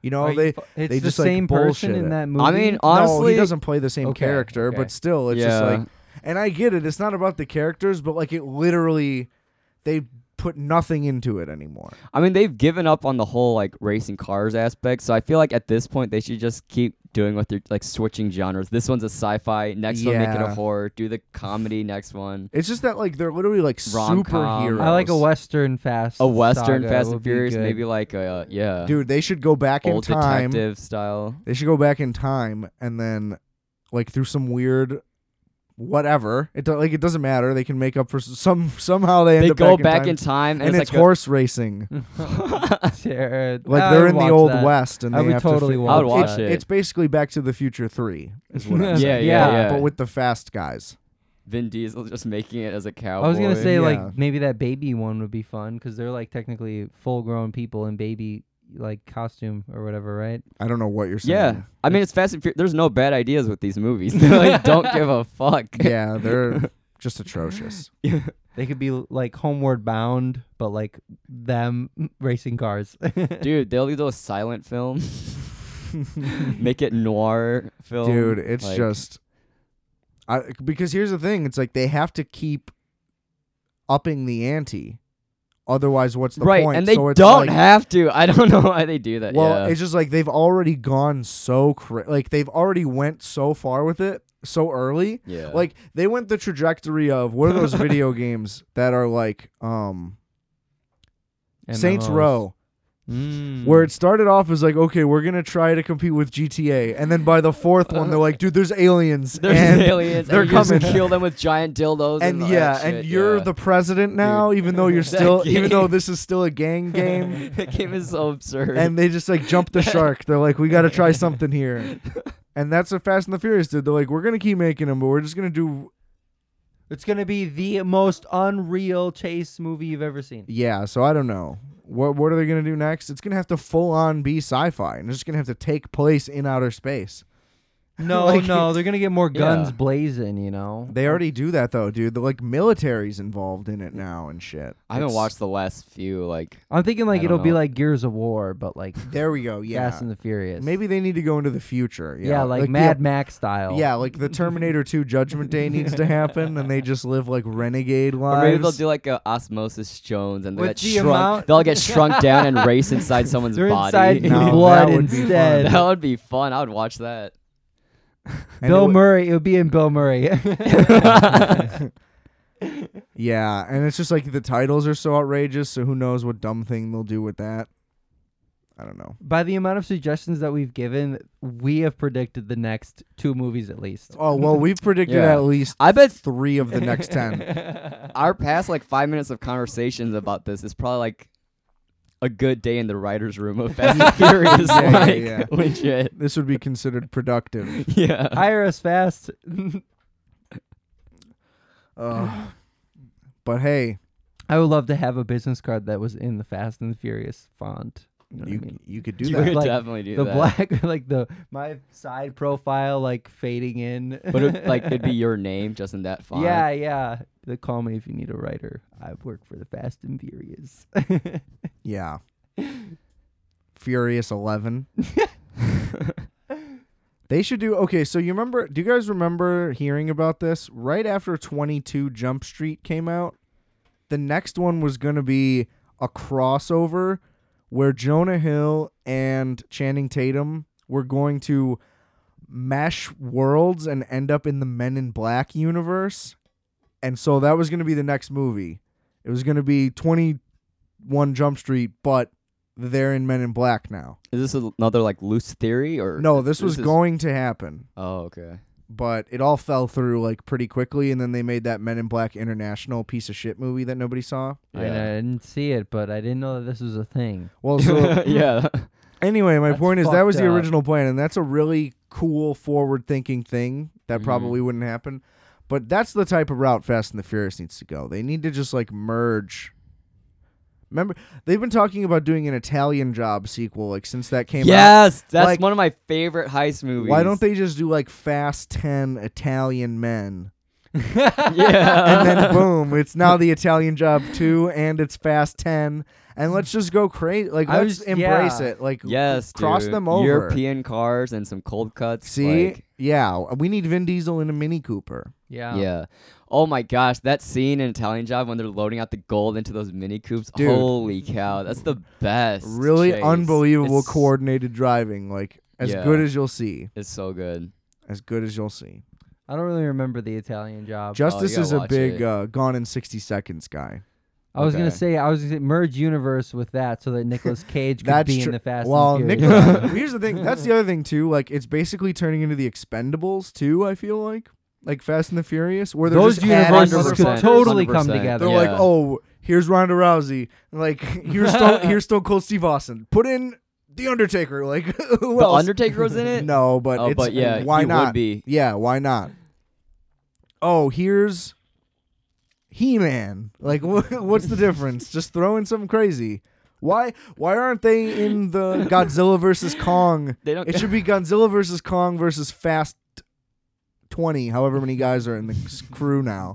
You know,
Are you
they
fu- it's
they
the
just, like,
same person
bullshit
in
it.
that movie.
I mean
no,
honestly
he doesn't play the same
Okay,
character,
okay.
but still, it's just
Yeah.
like, and I get it. It's not about the characters, but like it literally, they put nothing into it anymore.
I mean, they've given up on the whole like racing cars aspect, so I feel like at this point they should just keep doing what they're like switching genres. This one's a sci-fi, next one make it
Yeah.
a horror, do the comedy next one.
It's just that like they're literally like
Rom-com.
superheroes.
I like a western fast.
A western
saga
Fast
would
and
be
Furious,
good.
maybe like a uh, yeah,
dude. They should go back in
old
time.
detective style.
They should go back in time and then, like through some weird, whatever. It do- like it doesn't matter. They can make up for s- some somehow they end
They
up
go
back,
back
in
in
time,
time,
and, it's,
like a-
horse racing.
Jared,
Like
I
they're
would
in the
watch
old
that.
west, and
I
they
would
have to
totally
fi-
watch.
I would watch
that.
it.
It's basically Back to the Future Three, is what I'm saying.
yeah, yeah,
Yeah.
yeah,
but with the fast guys.
Vin Diesel just making it as a cowboy.
I was gonna say
Yeah.
like maybe that baby one would be fun because they're like technically full grown people in baby like costume or whatever, right?
I don't know what you're saying.
yeah. I mean, it's Fast and Furious. There's no bad ideas with these movies. They like, don't give a fuck.
yeah, they're just atrocious.
They could be l- like homeward bound, but like them racing cars.
Dude, they'll do a silent film. Make it noir film.
Dude, it's
Like,
just I because here's the thing, it's like they have to keep upping the ante. Otherwise, what's the
right,
point?
and they
so it's
don't
like,
have to. I don't know why they do that.
Well,
yeah.
it's just like they've already gone so cra- like they've already went so far with it so early.
yeah,
Like they went the trajectory of what are those video games that are like um Saints
MMOs.
Row.
Hmm.
Mm.
where it started off as like, okay, we're gonna try to compete with GTA, and then by the fourth one, they're like, dude, there's aliens,
there's
and
aliens.
they're
and you just
coming.
kill them with giant dildos.
and
all
yeah,
that
and
shit,
you're
yeah.
the president now, even though you're
That
still, even
game.
though this is still a gang game,
that game is so absurd.
and they just like jump the shark. They're like, we gotta try something here, and that's what Fast and the Furious did. They're like, we're gonna keep making them, but we're just gonna do
it's gonna be the most unreal chase movie you've ever seen.
yeah. So I don't know. What, what are they gonna do next? It's gonna have to full on be sci-fi, and it's just gonna have to take place in outer space.
No,
Like-
no, they're gonna get more guns
Yeah.
blazing. You know,
They already do that though, dude. The like military's involved in it now and shit.
I haven't
It's-
watched the last few. Like,
I'm thinking like
I
it'll
don't
be
know.
like Gears of War, but like
There we go. Yeah.
Fast and the Furious.
Maybe they need to go into the future.
Yeah,
Yeah,
like,
the-
Mad Max style.
Yeah, like the Terminator 2 Judgment Day needs to happen, and they just live like renegade
or
lives.
maybe they'll do like a Osmosis Jones, and they'll
With
get
the
shrunk.
amount-
They'll get shrunk down and race inside someone's
They're
body.
inside
No,
blood
that would be fun.
instead.
that would be fun. I would watch that.
And
Bill
it would-
Murray. It would be in Bill Murray.
yeah, and it's just like the titles are so outrageous, so who knows what dumb thing they'll do with that. I don't know.
By the amount of suggestions that we've given, we have predicted the next two movies at least.
Oh, well, we've predicted
Yeah.
at least
I bet
three of the next 10.
our past like five minutes of conversations about this is probably like a good day in the writers' room of Fast and Furious.
Yeah, yeah,
like,
yeah.
legit.
This would be considered productive.
Yeah.
Hire us fast.
Ugh. But hey,
I would love to have a business card that was in the Fast and the Furious font. You know what I
you,
mean?
you could do
you
that.
could
Like,
definitely do
the
that.
black, like the my side profile, like fading in.
but it, like it'd be your name just in that font.
yeah, yeah. The call me if you need a writer. I work for the Fast and Furious.
Yeah. Furious 11. they should do Okay, so you remember do you guys remember hearing about this right after 22 Jump Street came out? The next one was going to be a crossover where Jonah Hill and Channing Tatum were going to mesh worlds and end up in the Men in Black universe. And so that was going to be the next movie. It was going to be 20 one Jump Street, but they're in Men in Black now.
Is this another like loose theory or
No, this was
is-
going to happen,
Oh, okay.
but it all fell through like pretty quickly, and then they made that Men in Black International piece of shit movie that nobody saw.
I, know, I
Yeah.
didn't see it, but I didn't know that this was a thing.
Well, so
yeah.
anyway, my
That's
point is that was
fucked
the
up.
original plan, and that's a really cool forward thinking thing that
Mhm.
probably wouldn't happen. But that's the type of route Fast and the Furious needs to go. They need to just like merge. Remember, they've been talking about doing an Italian Job sequel like since that came out.
Yes, that's
Like-
one of my favorite heist movies.
Why don't they just do like Fast 10 Italian Men?
Yeah.
And then boom, it's now the Italian Job 2 and it's Fast 10. And let's just go crazy. Like,
I
let's
was-
embrace
yeah.
it. Like,
yes,
cross
dude.
them over.
European cars and some cold cuts.
See?
like-
yeah. We need Vin Diesel in a Mini Cooper.
Yeah.
Yeah. Oh my gosh, that scene in Italian Job when they're loading out the gold into those mini coupes.
Dude.
Holy cow, that's the best.
Really
chase.
unbelievable
It's-
coordinated driving. Like, as
Yeah.
good as you'll see.
It's so good.
As good as you'll see.
I don't really remember the Italian job.
Justice
oh, gotta
is a
watch
big
it.
uh, gone in 60 seconds guy.
I was gonna
Okay.
say I was gonna say merge universe with that so that Nicolas Cage could
That's
be in
true.
the Fast
Well,
and
Nick,
Furious.
here's the thing. That's the other thing too. Like it's basically turning into the Expendables too. I feel like, like Fast and the Furious, where they're
Those
just adding
universes could
motherfuckers.
100%.
totally come
100%.
together.
They're like,
Yeah.
oh, here's Ronda Rousey. Like here's Stone, here's Stone Cold Steve Austin. Put in the Undertaker. Like who
The
else?
Undertaker was in it?
no, but
Oh,
it's
but yeah,
why
he
not?
would be.
Yeah, why not? Oh, here's He Man. Like, wha what's the difference? Just throw in something crazy. Why? Why aren't they in the Godzilla versus Kong?
They don't
It should be Godzilla versus Kong versus Fast Twenty. However many guys are in the s- crew now.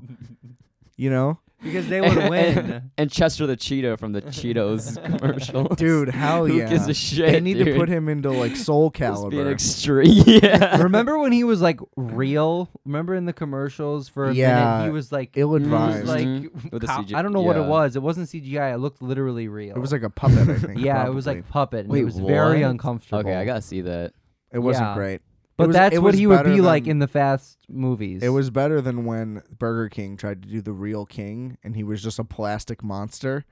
You know,
because they would win.
and, and Chester the Cheetah from the Cheetos commercial.
dude. Hell
Who
yeah.
gives a shit?
they need to
dude?
put him into like Soul
Just be an
Caliber.
extreme. Yeah.
Remember when he was like real? Remember in the commercials for a
Yeah,
minute he was like
Ill
he was,
advised.
like
Mhm. With the
co-
CG
I don't know what it
yeah.
was. It wasn't CGI. It looked literally real.
it was like a puppet. I think.
yeah, it was
probably.
like puppet. And it
Wait,
was very
what?
uncomfortable.
okay, I gotta see that.
It wasn't
yeah.
great.
But
It was-
that's
it
what
was
he would
better
be like
than-
in the Fast movies.
It was better than when Burger King tried to do the real king and he was just a plastic monster.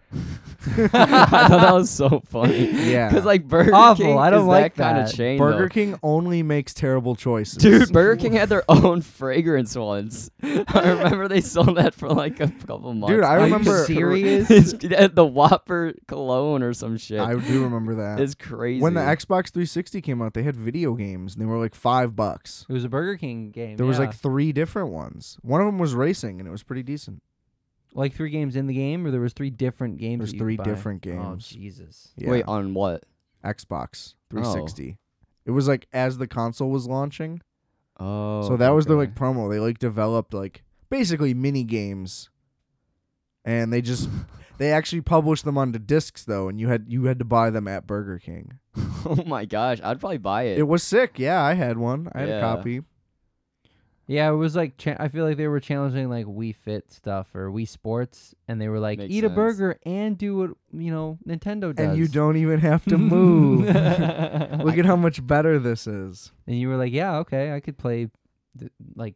I thought that was so funny.
Yeah.
Because like Burger
Awful,
King
I don't
is
like
that kind
that.
of chain.
Burger
though.
King only makes terrible choices.
Dude, Burger King had their own fragrance once. I remember they sold that for like a couple months.
Dude, I
Are
remember-
you serious?
It's- they had the Whopper cologne or some shit.
I do remember that.
it's crazy.
When the Xbox 360 came out, they had video games and they were like 5 bucks.
It was a Burger King game.
There was
yeah.
like 3 different ones. One of them was racing and it was pretty decent.
like three games in the game, or there was three different games.
There's
that you could
three
buy?
different
Oh
games.
Jesus!
Yeah.
Wait, uh Oh. on what?
Xbox 360. It was like as the console was launching.
Oh.
so that was the
okay.
like promo. They like developed like basically mini games, and they just they actually published them onto discs though, and you had you had to buy them at Burger King.
oh my gosh, I'd probably buy it.
It was sick. Yeah, I had one. I had a
Yeah.
copy.
Yeah, it was like cha- I feel like they were challenging like We Fit stuff or We Sports, and they were like,
Makes
eat a
sense.
burger and do what you know Nintendo does,
And you don't even have to move.
and
Look at how much better this is.
you were like, yeah, okay, I could play th- like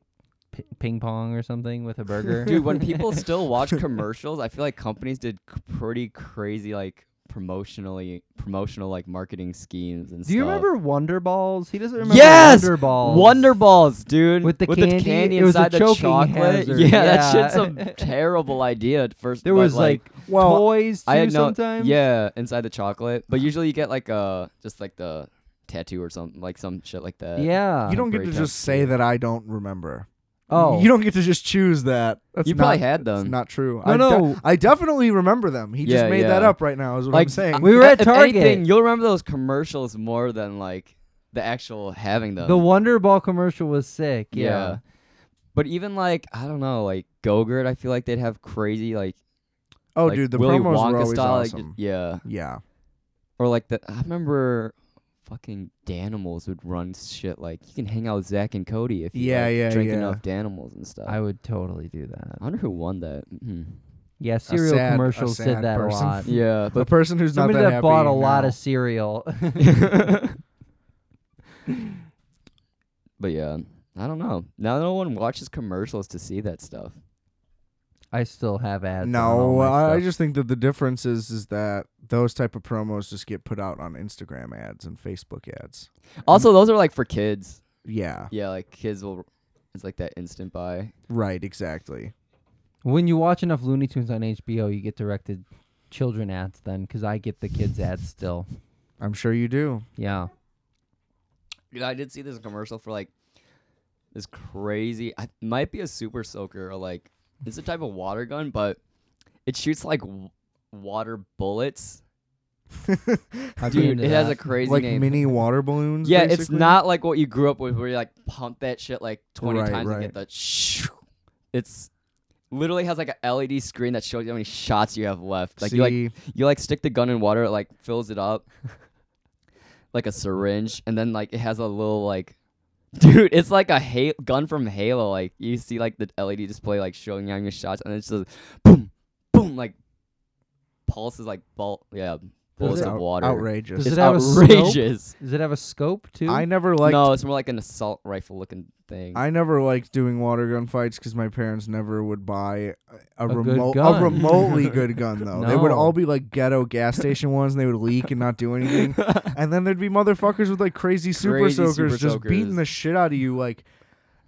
p- ping pong or something with a burger.
Dude, when people still watch commercials, I feel like companies did c- pretty crazy like promotionally promotional like marketing schemes and
do you
stuff.
remember Wonder Balls? He doesn't remember
Yes!
Wonder Balls.
Wonder Balls, dude?
With the candy?
candy
It was a
inside the
choking
chocolate.
hazard,
Yeah, that shit's
yeah.
a terrible idea at first.
There
but,
was
like,
like,
Well,
toys too
I had no,
sometimes.
yeah, inside the chocolate. But usually you get like a just like the tattoo or something, like some shit like that.
yeah.
you don't get
very
to
tough
just say
to-
that I don't remember.
oh,
you don't get to just choose that. That's
You probably
not,
had
that's
them.
Not true. I
No,
de-
no.
I definitely remember them. He just
Yeah,
made that
yeah.
up right now. Is what
like
I'm saying.
We were
if-
at
if
Target.
anything, you'll remember those commercials more than like the actual having them.
the Wonder Ball commercial was sick. yeah.
Yeah. But even like I don't know, like Gogurt, I feel like they'd have crazy like
oh,
like
dude, the
Willy
promos
Wonka
were always
style, like,
awesome.
yeah,
yeah.
or like the I remember fucking Danimals would run shit like you can hang out with Zach and Cody if you
Yeah,
like,
yeah,
drink
yeah.
enough Danimals and stuff.
I would totally do that.
I wonder who won that. hmm
Yeah, cereal
sad- a
commercials
sad
did that
person.
a lot.
Yeah,
The
but
person who's
Somebody
not
that,
that, happy
bought a lot
now.
of cereal.
but yeah, I don't know. Now no one watches commercials to see that stuff.
I still have ads. on all
No,
my
I, I
stuff.
just think that the difference is is that those type of promos just get put out on Instagram ads and Facebook ads.
Also, those are like for kids.
Yeah,
Yeah, like kids will. It's like that instant buy.
right, exactly.
when you watch enough Looney Tunes on HBO, you get directed children ads then, because I get the kids ads still.
I'm sure you do.
Yeah,
Dude, I did see this commercial for like this crazy. I might be a super soaker or like it's a type of water gun, but it shoots like w- water bullets.
I'd be
Dude,
into
it has a
that.
crazy
like
name.
mini water balloons.
yeah, it's
basically?
not like what you grew up with, where you like pump that shit like twenty
Right,
times and
right.
get the. Shoo. It's literally has like a LED screen that shows you how many shots you have left. Like you like
See,
you like stick the gun in water, it like fills it up like a syringe, and then like it has a little like, dude, it's like a ha- gun from Halo. Like you see like the LED display like showing you how many shots, and it's just boom, boom, like pulses like ball, yeah, bullets
it
of
out-
water.
outrageous.
Does
It's
it have a scope?
outrageous.
Does it have a scope too?
I never liked.
no, it's more like an assault rifle looking thing.
I never liked doing water gun fights because my parents never would buy a, a
good
remote, a
gun.
remotely good gun though. They would
No.
all be like ghetto gas station ones, and they would leak and not do anything. and then there'd be motherfuckers with like crazy super
Crazy
soakers
super
just beating
soakers.
the shit out of you. Like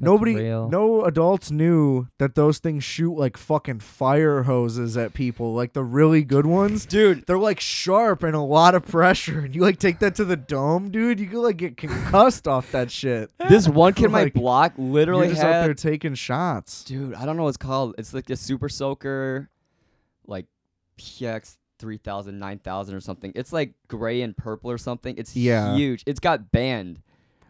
nobody,
real.
no adults knew that those things shoot like fucking fire hoses at people. Like the really good ones.
dude,
They're like sharp and a lot of pressure, and you like take that to the dome, dude. You could like get concussed off that shit.
this one kid in my
Like,
block literally
You're just
had
out there taking shots.
dude i don't know what it's called it's like a super soaker like px 3000 9000 or something it's like gray and purple or something it's
Yeah.
huge it's got banned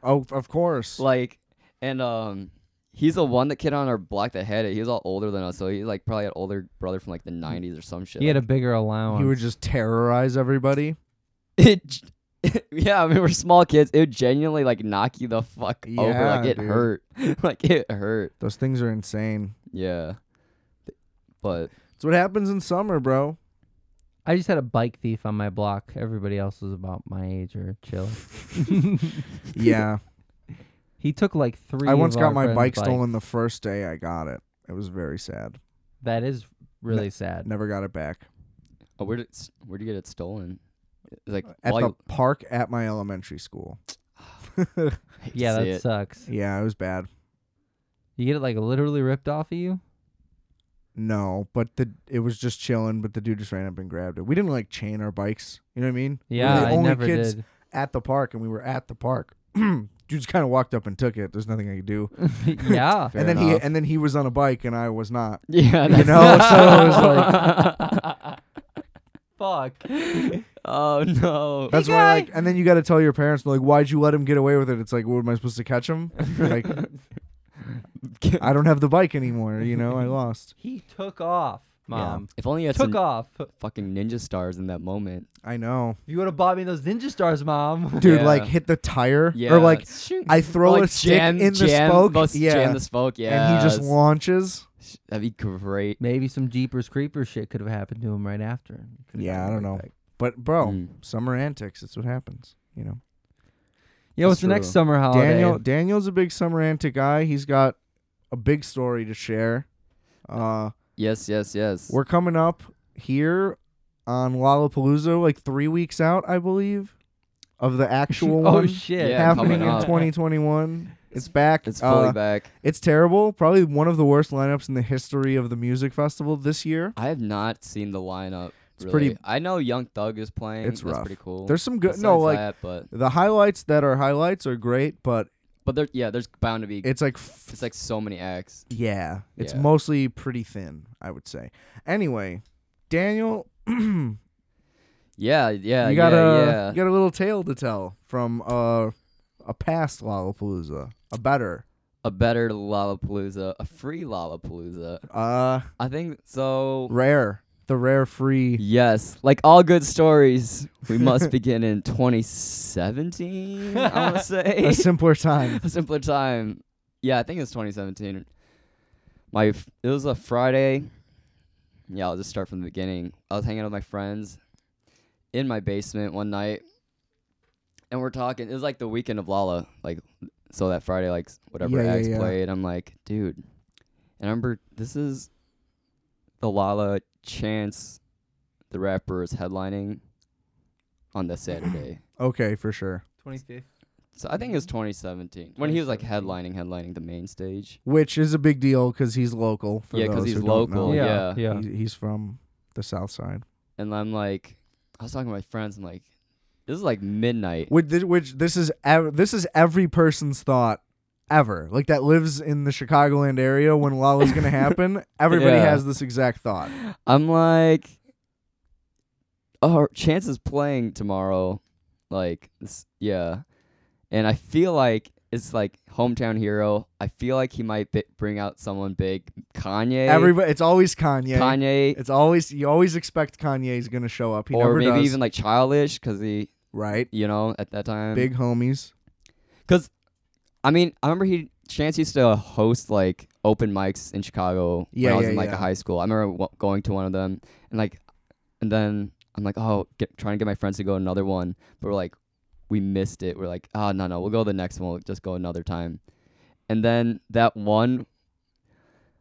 Oh, of course.
like and um he's the one that kid on our block that had it he was all older than us so he like probably had older brother from like the 90s or some shit
he had a
like,
bigger allowance.
he would just terrorize everybody.
it g- yeah i mean we're small kids it would genuinely like knock you the fuck over
Yeah,
like it
dude.
hurt like it hurt
Those things are insane.
yeah but
It's what happens in summer, bro.
I just had a bike thief on my block. Everybody else was about my age or chill.
Yeah.
He took like three.
I
of
once
our
got my
friends'
bike
bikes.
stolen the first day I got it. It was very sad.
That is really sad.
Never got it back.
Oh, where did it, s- where did you get it stolen? It's Like
At
while
the
you-
park at my elementary school.
I hate to
Yeah,
say
that
it.
sucks.
Yeah, it was bad.
You get it like literally ripped off of you.
No, but the it was just chilling, but the dude just ran up and grabbed it. We didn't like chain our bikes. You know what I mean? We were
Yeah,
the
I
only
never
kids
did.
at the park and we were at the park. dude just kinda walked up and took it. There's nothing I could do.
yeah.
Fair
and then he
enough.
and then he was on a bike and I was not.
yeah,
you
that's-
know so it was like
Fuck.
Oh no.
That's why, like, and then you got to tell your parents, like, why'd you let him get away with it? It's like, what am I supposed to catch him? like, I don't have the bike anymore. You know, I lost.
He took off,
Yeah.
mom.
If only you had
Took
some
off.
fucking ninja stars in that moment.
I know,
You would have bought me those ninja stars, mom.
dude.
Yeah.
Like, hit the tire,
Yeah.
or like,
shoot.
I throw
Or,
a
like,
stick
jam,
in the
jam,
spoke,
bus-
yeah,
Jam the spoke. Yeah.
and he just launches.
That'd be great.
Maybe some Jeepers Creepers shit could have happened to him right after. Could've
Yeah, I
gotten
don't
right
know.
back.
But bro,
Mm.
summer antics. It's what happens. You know,
Yeah, what's
That's
the next
true.
summer holiday?
Daniel. Daniel's a big summer antic guy. He's got a big story to share. Uh,
Yes, yes, yes.
We're coming up here on Lollapalooza, like three weeks out, I believe, of the actual
oh
one
shit!
Yeah,
happening
coming
in
up.
2021. It's back.
it's fully
Uh,
back.
It's terrible. Probably one of the worst lineups in the history of the music festival this year.
I have not seen the lineup.
It's
really.
pretty-
I know Young Thug is playing.
It's
That's
rough.
pretty cool.
There's some good.
Besides
No, like
that, but
the highlights that are highlights are great, but
but there, yeah, there's bound to be.
it's like f-
it's like so many acts.
Yeah, it's
Yeah.
mostly pretty thin, I would say. Anyway, Daniel, you
Yeah, yeah,
got
yeah,
a
yeah.
you got a little tale to tell from uh, a past Lollapalooza, a better.
a better Lollapalooza, a free Lollapalooza.
Uh,
I think so.
rare. The rare free.
Yes, like all good stories, we must begin in 2017. I want to
A
say
simpler time.
a simpler time. Yeah, I think it's 2017. My f- it was a Friday. Yeah, I'll just start from the beginning. I was hanging out with my friends in my basement one night, and we're talking. It was like the weekend of Lala, like so that Friday, like s- whatever
Yeah, yeah,
acts
yeah.
played. I'm like, dude, and I remember this is the Lala Chance, the rapper is headlining on this Saturday.
Okay, for sure.
25th.
So I think it's
Mm-hmm.
2017 when he was like
2017.
headlining, headlining the main stage.
Which is a big deal because he's local. For
Yeah, 'cause
those
he's
who don't know.
local,
yeah,
yeah.
yeah.
He- he's from the South Side.
And I'm like, I was talking to my friends. I'm like, this is like midnight.
Which this, which this is ev- this is every person's thought ever. Like that lives in the Chicagoland area when Lala's gonna happen. Everybody
Yeah.
has this exact thought.
I'm like, oh, Chance is playing tomorrow. Like, this, yeah. And I feel like it's like hometown hero. I feel like he might bi- bring out someone big, Kanye.
Everybody, it's always Kanye.
Kanye,
It's always you always expect Kanye's gonna show up. He
or
never
maybe
does.
even like Childish, because he,
right,
you know, at that time,
big homies.
I mean, I remember he Chance used to host like open mics in Chicago
Yeah,
when I was
yeah,
in like
yeah.
a high school. I remember w- going to one of them and like, and then I'm like, oh, get, trying to get my friends to go to another one, but we're like, we missed it. We're like, oh no no, we'll go the next one. We'll just go another time. And then that one,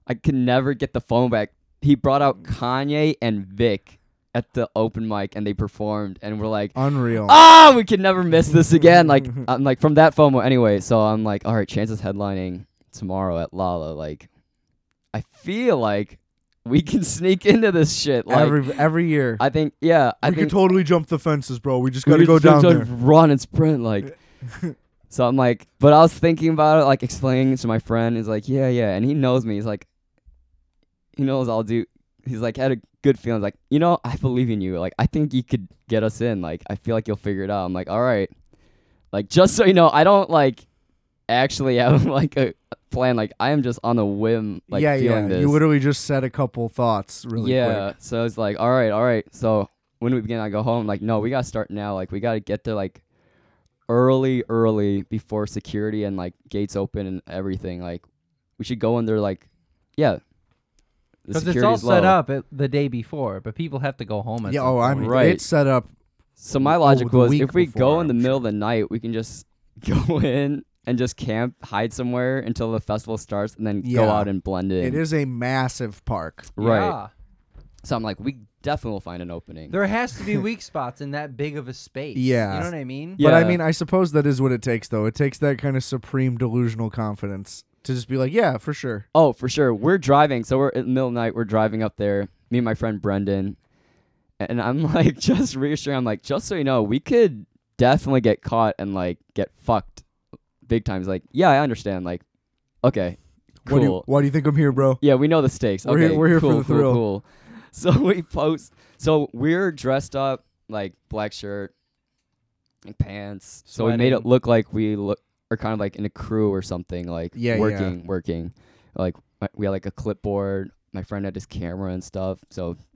I could never get the phone back. He brought out Kanye and Vic at the open mic and they performed, and we're like,
Unreal.
ah, we can never miss this again. Like I'm like from that FOMO anyway. So I'm like, all right, chances headlining tomorrow at Lala. Like I feel like we can sneak into this shit. Like
every every year.
I think, yeah, I
we
think
can totally jump the fences, bro. We just gotta
we
go
just have
down
to
there.
run and sprint like. so I'm like, but I was thinking about it, like explaining to my friend. He's like, yeah, yeah, and he knows me. He's like, he knows I'll do. He's like had a good feeling. Like, you know, I believe in you. Like, I think you could get us in. Like, I feel like you'll figure it out. I'm like, all right. Like, just so you know, I don't like actually have like a plan. Like, I am just on a whim. Like,
yeah,
feeling
yeah.
this.
You literally just said a couple thoughts really
yeah.
quick.
So it's like, all right, all right. So when we begin, I go home. Like, no, we gotta start now. Like, we gotta get there like early, early before security and like gates open and everything. Like, we should go in there. Like, yeah. The
Because it's all
security's
set
low.
up at the day before, but people have to go home. At
Yeah.
some
Oh, I'm
point.
Right.
It's set up.
So my
Oh,
logic
the
was,
week
if we go
before,
in the
I'm
middle of the night, we can just go in and just camp, hide somewhere until the festival starts, and then go
Yeah.
out and blend in.
It is a massive park.
right.
Yeah.
So I'm like, we definitely will find an opening.
There has to be weak spots in that big of a space.
Yeah.
You know what I mean?
Yeah.
But I mean, I suppose that is what it takes, though. It takes that kind of supreme delusional confidence to just be like, yeah, for sure.
Oh, for sure. We're driving. So we're in the middle of the night. We're driving up there. Me and my friend Brendan. And I'm like, just reassuring. I'm like, just so you know, we could definitely get caught and like get fucked big time. He's like, yeah, I understand. Like, okay, cool.
What do you, why do you think I'm here, bro?
Yeah, we know the stakes.
We're
okay,
here- we're here for
cool,
the thrill.
Cool, cool. So we post. So we're dressed up like black shirt and pants. So we made it
Sweating.
look like we look are kind of like in a crew or something, like
Yeah, yeah.
working, working. Like my- we had like a clipboard. My friend had his camera and stuff. So
Just,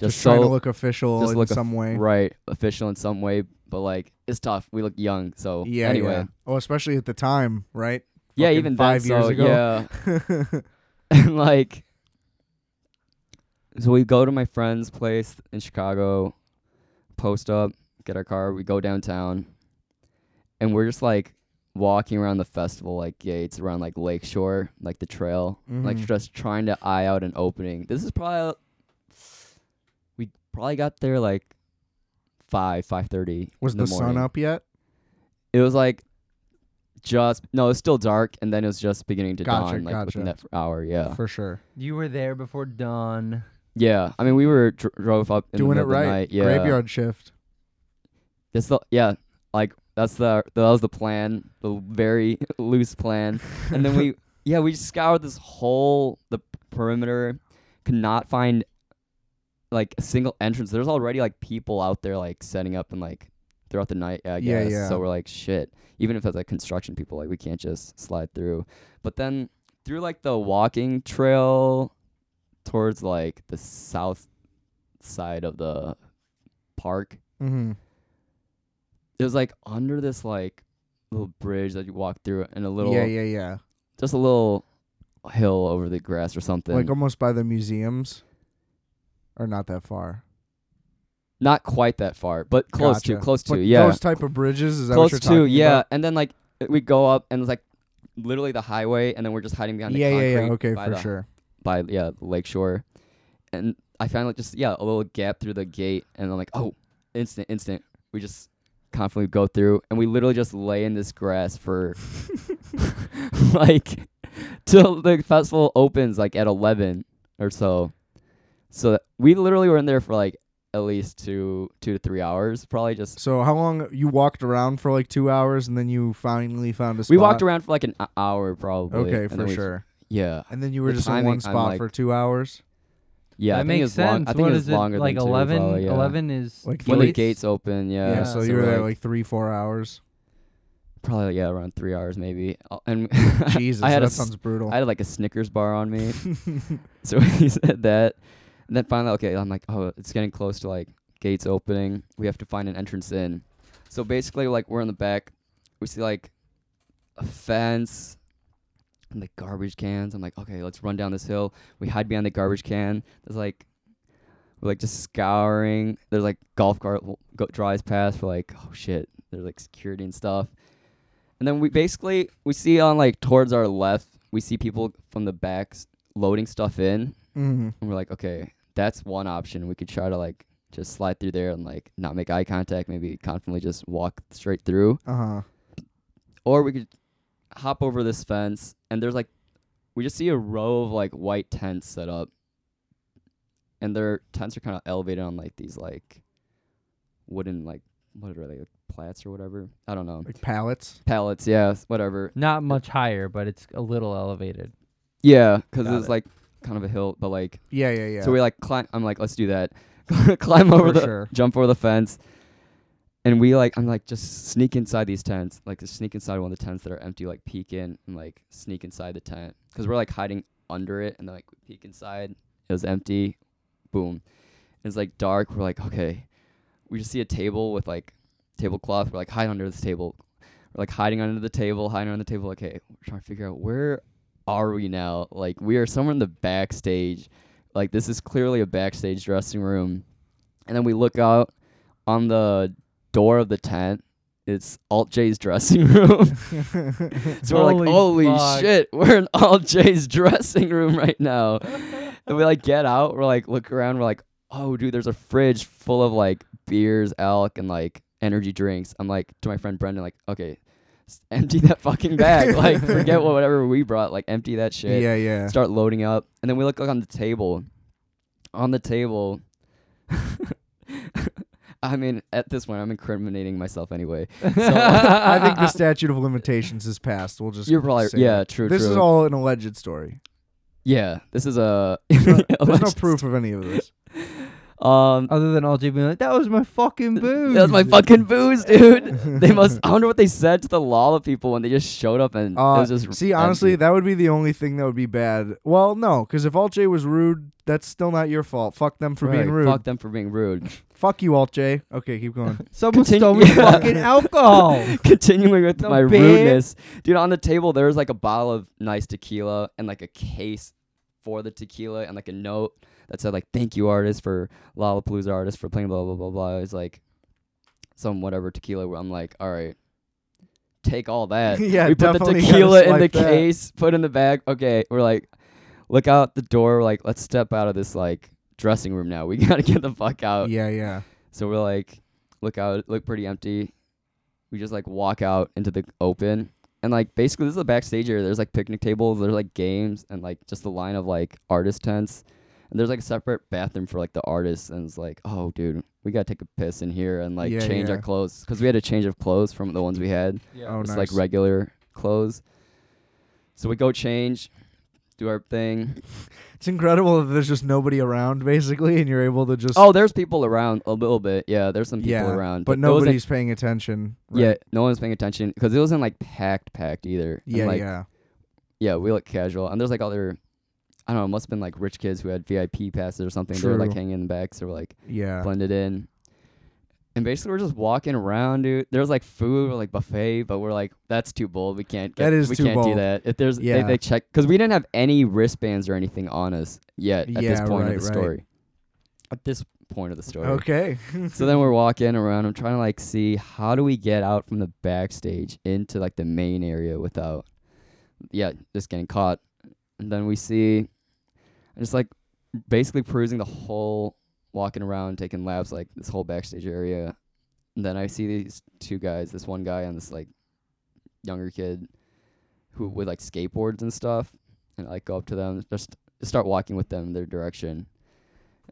just,
trying
so
to look official
just
in
look a-
some way.
right official in some way, but like it's tough. We look young, so
Yeah.
Anyway,
Yeah. Oh, especially at the time, right?
yeah,
Fucking
even
five
then,
years
so,
ago.
Yeah, and like so we go to my friend's place in chicago post up get our car we go downtown and we're just like walking around the festival like gates around like lakeshore like the trail like
Mhm.
just trying to eye out an opening this is probably we probably got there like 5 5.30
Was
in
the,
morning.
sun up yet?
it was like just no it was still dark and then it was just beginning to
Gotcha,
dawn like within that
gotcha.
hour yeah
For sure.
You were there before dawn.
Yeah, I mean, we were dr- drove up in
Doing
the
it
middle of the
right.
night. Yeah,
Graveyard shift.
That's the yeah, like that's the that was the plan, the very loose plan. And then we yeah we scoured this whole the perimeter, could not find like a single entrance. There's already like people out there like setting up and like throughout the night. I
Yeah,
guess.
yeah.
So we're like shit. Even if it's like construction people, like we can't just slide through. But then through like the walking trail towards like the south side of the park
hmm
it was like under this like little bridge that you walk through and a little
yeah, yeah, yeah.
just a little hill over the grass or something
Like almost by the museums, or not that far.
not quite that far but close to
Gotcha.
close to
But
yeah
those type of bridges is that
close
what
to
you're talking
yeah
about?
and then like we go up and it's like literally the highway and then we're just hiding behind
yeah,
the concrete
yeah, yeah. Okay,
by
for
the-
sure.
by yeah the lakeshore and i found like just yeah a little gap through the gate and i'm like oh instant instant we just confidently go through and we literally just lay in this grass for like till the festival opens like at 11 or so so that we literally were in there for like at least two two to three hours probably just
So how long you walked around for like two hours, and then you finally found a spot?
we walked around for like an h- hour probably
Okay,
and then
for
we-
sure.
yeah
And then you were
The
just in
timing,
one
I'm
spot
like-
for two hours,
yeah
that
i think
makes
it's
sense.
long i think
What
it's
is it,
longer
like
than two,
11?
probably, yeah.
11 is
Like
when the
Gates.
gates open yeah,
yeah.
Yeah,
so
so
you were
we're
there like three, four hours.
probably yeah around three hours maybe Uh, and
Jesus,
I had a
that
s-
sounds brutal.
i had like a snickers bar on me so he said that and then finally okay i'm like oh it's getting close to like gates opening we have to find an entrance in so basically like we're in the back we see like a fence and like garbage cans i'm like okay let's run down this hill we hide behind the garbage can there's like we're like just scouring there's like golf cart w- go- drives past we're like oh shit there's like security and stuff and then we basically we see on like towards our left we see people from the backs loading stuff in
Mhm.
and we're like okay that's one option we could try to like just slide through there and like not make eye contact maybe confidently just walk straight through
Uh-huh.
or we could hop over this fence and there's like we just see a row of like white tents set up and their tents are kind of elevated on like these like wooden like what are they like plats or whatever i don't know
Like pallets.
pallets yeah s- whatever
not much higher, but it's a little elevated.
yeah because
Got
it's
it.
like kind of a hill but like
Yeah, yeah, yeah.
So we like climb. I'm like, let's do that. climb over
For
the
sure.
jump over the fence, and we like I'm like just sneak inside these tents, like just sneak inside one of the tents that are empty, like peek in and like sneak inside the tent because we're like hiding under it, and then like we peek inside, it was empty, boom, it's like dark. We're like, okay, we just see a table with like tablecloth. We're like hide under this table. We're like hiding under the table, hiding under the table. Okay, we're trying to figure out where are we now? Like we are somewhere in the backstage like this is clearly a backstage dressing room and then we look out on the door of the tent it's alt j's dressing room so we're like
Holy
holy
fuck."
shit we're in alt j's dressing room right now and we like get out we're like look around we're like oh dude there's a fridge full of like beers elk and like energy drinks i'm like to my friend brendan like okay s- empty that fucking bag like forget what whatever we brought like empty that shit
yeah, yeah.
start loading up, and then we look on the table. On the table, I mean, at this point, I'm incriminating myself anyway. So
I think the statute of limitations is passed. We'll just
you're probably
say
yeah,
that.
true,
This
true.
is all an alleged story.
yeah, this is a.
There's no proof of any of this.
Um,
Other than LG being like, that was my fucking booze.
that was
Hmm.
my fucking booze, dude. they must. I wonder what they said to the lava people when they just showed up and it
Uh,
was just
see, honestly,
empty.
that would be the only thing that would be bad. Well, no, because if Alt J was rude, that's still not your fault. Fuck them for being
Right,
rude.
Fuck them for being rude.
Fuck you, Alt J. Okay, keep going.
Someone
Continue-
stole me
Yeah.
fucking alcohol.
Continuing with
The
my
beer.
rudeness, dude. On the table there was like a bottle of nice tequila and like a case for the tequila and like a note that said like "Thank you, artist, for Lollapalooza artist for playing blah blah blah blah." It was like some whatever tequila. Where I'm like, all right, take all that.
yeah,
we put the
definitely gotta
tequila in
swipe
the
that.
case, put it in the bag. Okay, we're like, look out the door. We're like, let's step out of this like dressing room now. We gotta get the fuck out.
Yeah, yeah.
So we're like, look out, look pretty empty. We just like walk out into the open. And like basically this is the backstage area. There's like picnic tables, there's like games and like just a line of like artist tents. And there's like a separate bathroom for like the artists and it's like, "Oh, dude, we got to take a piss in here and like
Yeah,
change our
yeah.
clothes cuz we had a change of clothes from the ones we had.
Oh,
It's
nice.
like regular clothes. So we go change, do our thing.
it's incredible that there's just nobody around, basically, and you're able to just.
Oh, there's people around a little bit. Yeah, there's some people
yeah,
around,
But
those ain't-
nobody's paying attention. right?
Yeah, no one's paying attention because it wasn't like packed, packed either. And,
Yeah,
like,
yeah.
yeah, we look casual, and there's like other, I don't know, must have been like rich kids who had VIP passes or something. They were like
True.
hanging in the back, so we're like
Yeah.
blended in. And basically, we're just walking around, dude. There's like food, or like buffet, but we're like, that's too bold. We can't. Get,
That is
we
too
can't do
bold.
that. If there's,
Yeah.
they, they check because we didn't have any wristbands or anything on us yet at this
Yeah,
point
right,
of the
right.
story. At this point of the story.
Okay.
So then we're walking around. I'm trying to like see how do we get out from the backstage into like the main area without, yeah, just getting caught. And then we see, I'm just like basically perusing the whole, walking around, taking laps, like this whole backstage area. And then I see these two guys, this one guy and this like younger kid who with like skateboards and stuff. And I like go up to them, just start walking with them in their direction.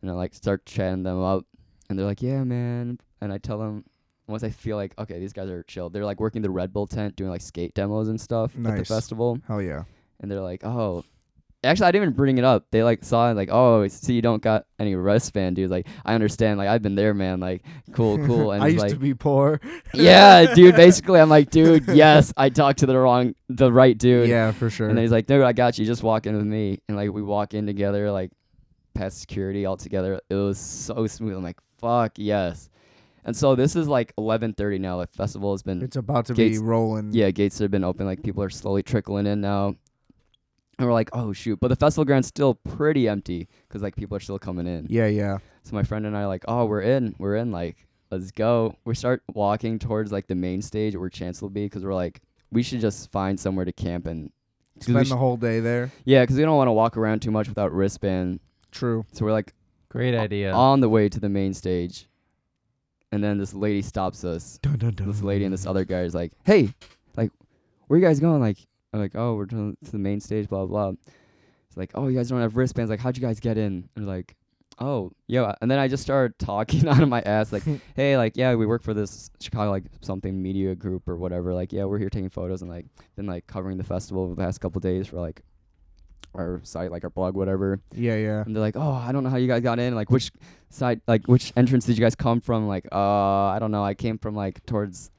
And I like start chatting them up and they're like, "Yeah, man." And I tell them once I feel like, okay, these guys are chill. They're like working the Red Bull tent, doing like skate demos and stuff at the
Nice.
festival.
Hell yeah.
And they're like, "Oh." Actually, I didn't even bring it up. They like saw it, like, "Oh, see, you don't got any wristband, dude." Like, I understand. Like, I've been there, man. Like, cool, cool. And
I
he's
used
like,
to be poor.
"Yeah, dude." Basically, I'm like, "Dude, yes, I talked to the wrong, the right dude."
Yeah, for sure.
And then he's like, dude, I got you. Just walk in with me. And like we walk in together, like past security all together. It was so smooth. I'm like, fuck yes. And so this is like 11:30 now. Like festival has been
it's about to
Gates-
be rolling.
yeah, gates have been open. Like people are slowly trickling in now. And we're like, oh shoot! But the festival ground's still pretty empty because like people are still coming in.
Yeah, yeah.
So my friend and I are like, oh, we're in, we're in, like, let's go. We start walking towards like the main stage where Chance will be because we're like, we should just find somewhere to camp and 'cause we
Spend
sh-
the whole day there.
yeah, because we don't want to walk around too much without wristband.
True.
So we're like
Great idea.
on the way to the main stage, and then this lady stops us.
Dun, dun, dun.
This lady and this other guy is like, "Hey, like, where you guys going?" Like, I'm like, "Oh, we're to to the main stage." Blah blah. blah." It's like, "Oh, you guys don't have wristbands. Like, how'd you guys get in?" And like, "Oh, yeah." And then I just started talking out of my ass, like, "Hey, like, yeah, we work for this Chicago like something media group or whatever. Like, yeah, we're here taking photos and like been like covering the festival over the past couple days for like." Our site, like our blog, whatever.
Yeah, yeah.
And they're like, "Oh, I don't know how you guys got in. Like, which side, like, which entrance did you guys come from? Like, uh, I don't know. I came from like towards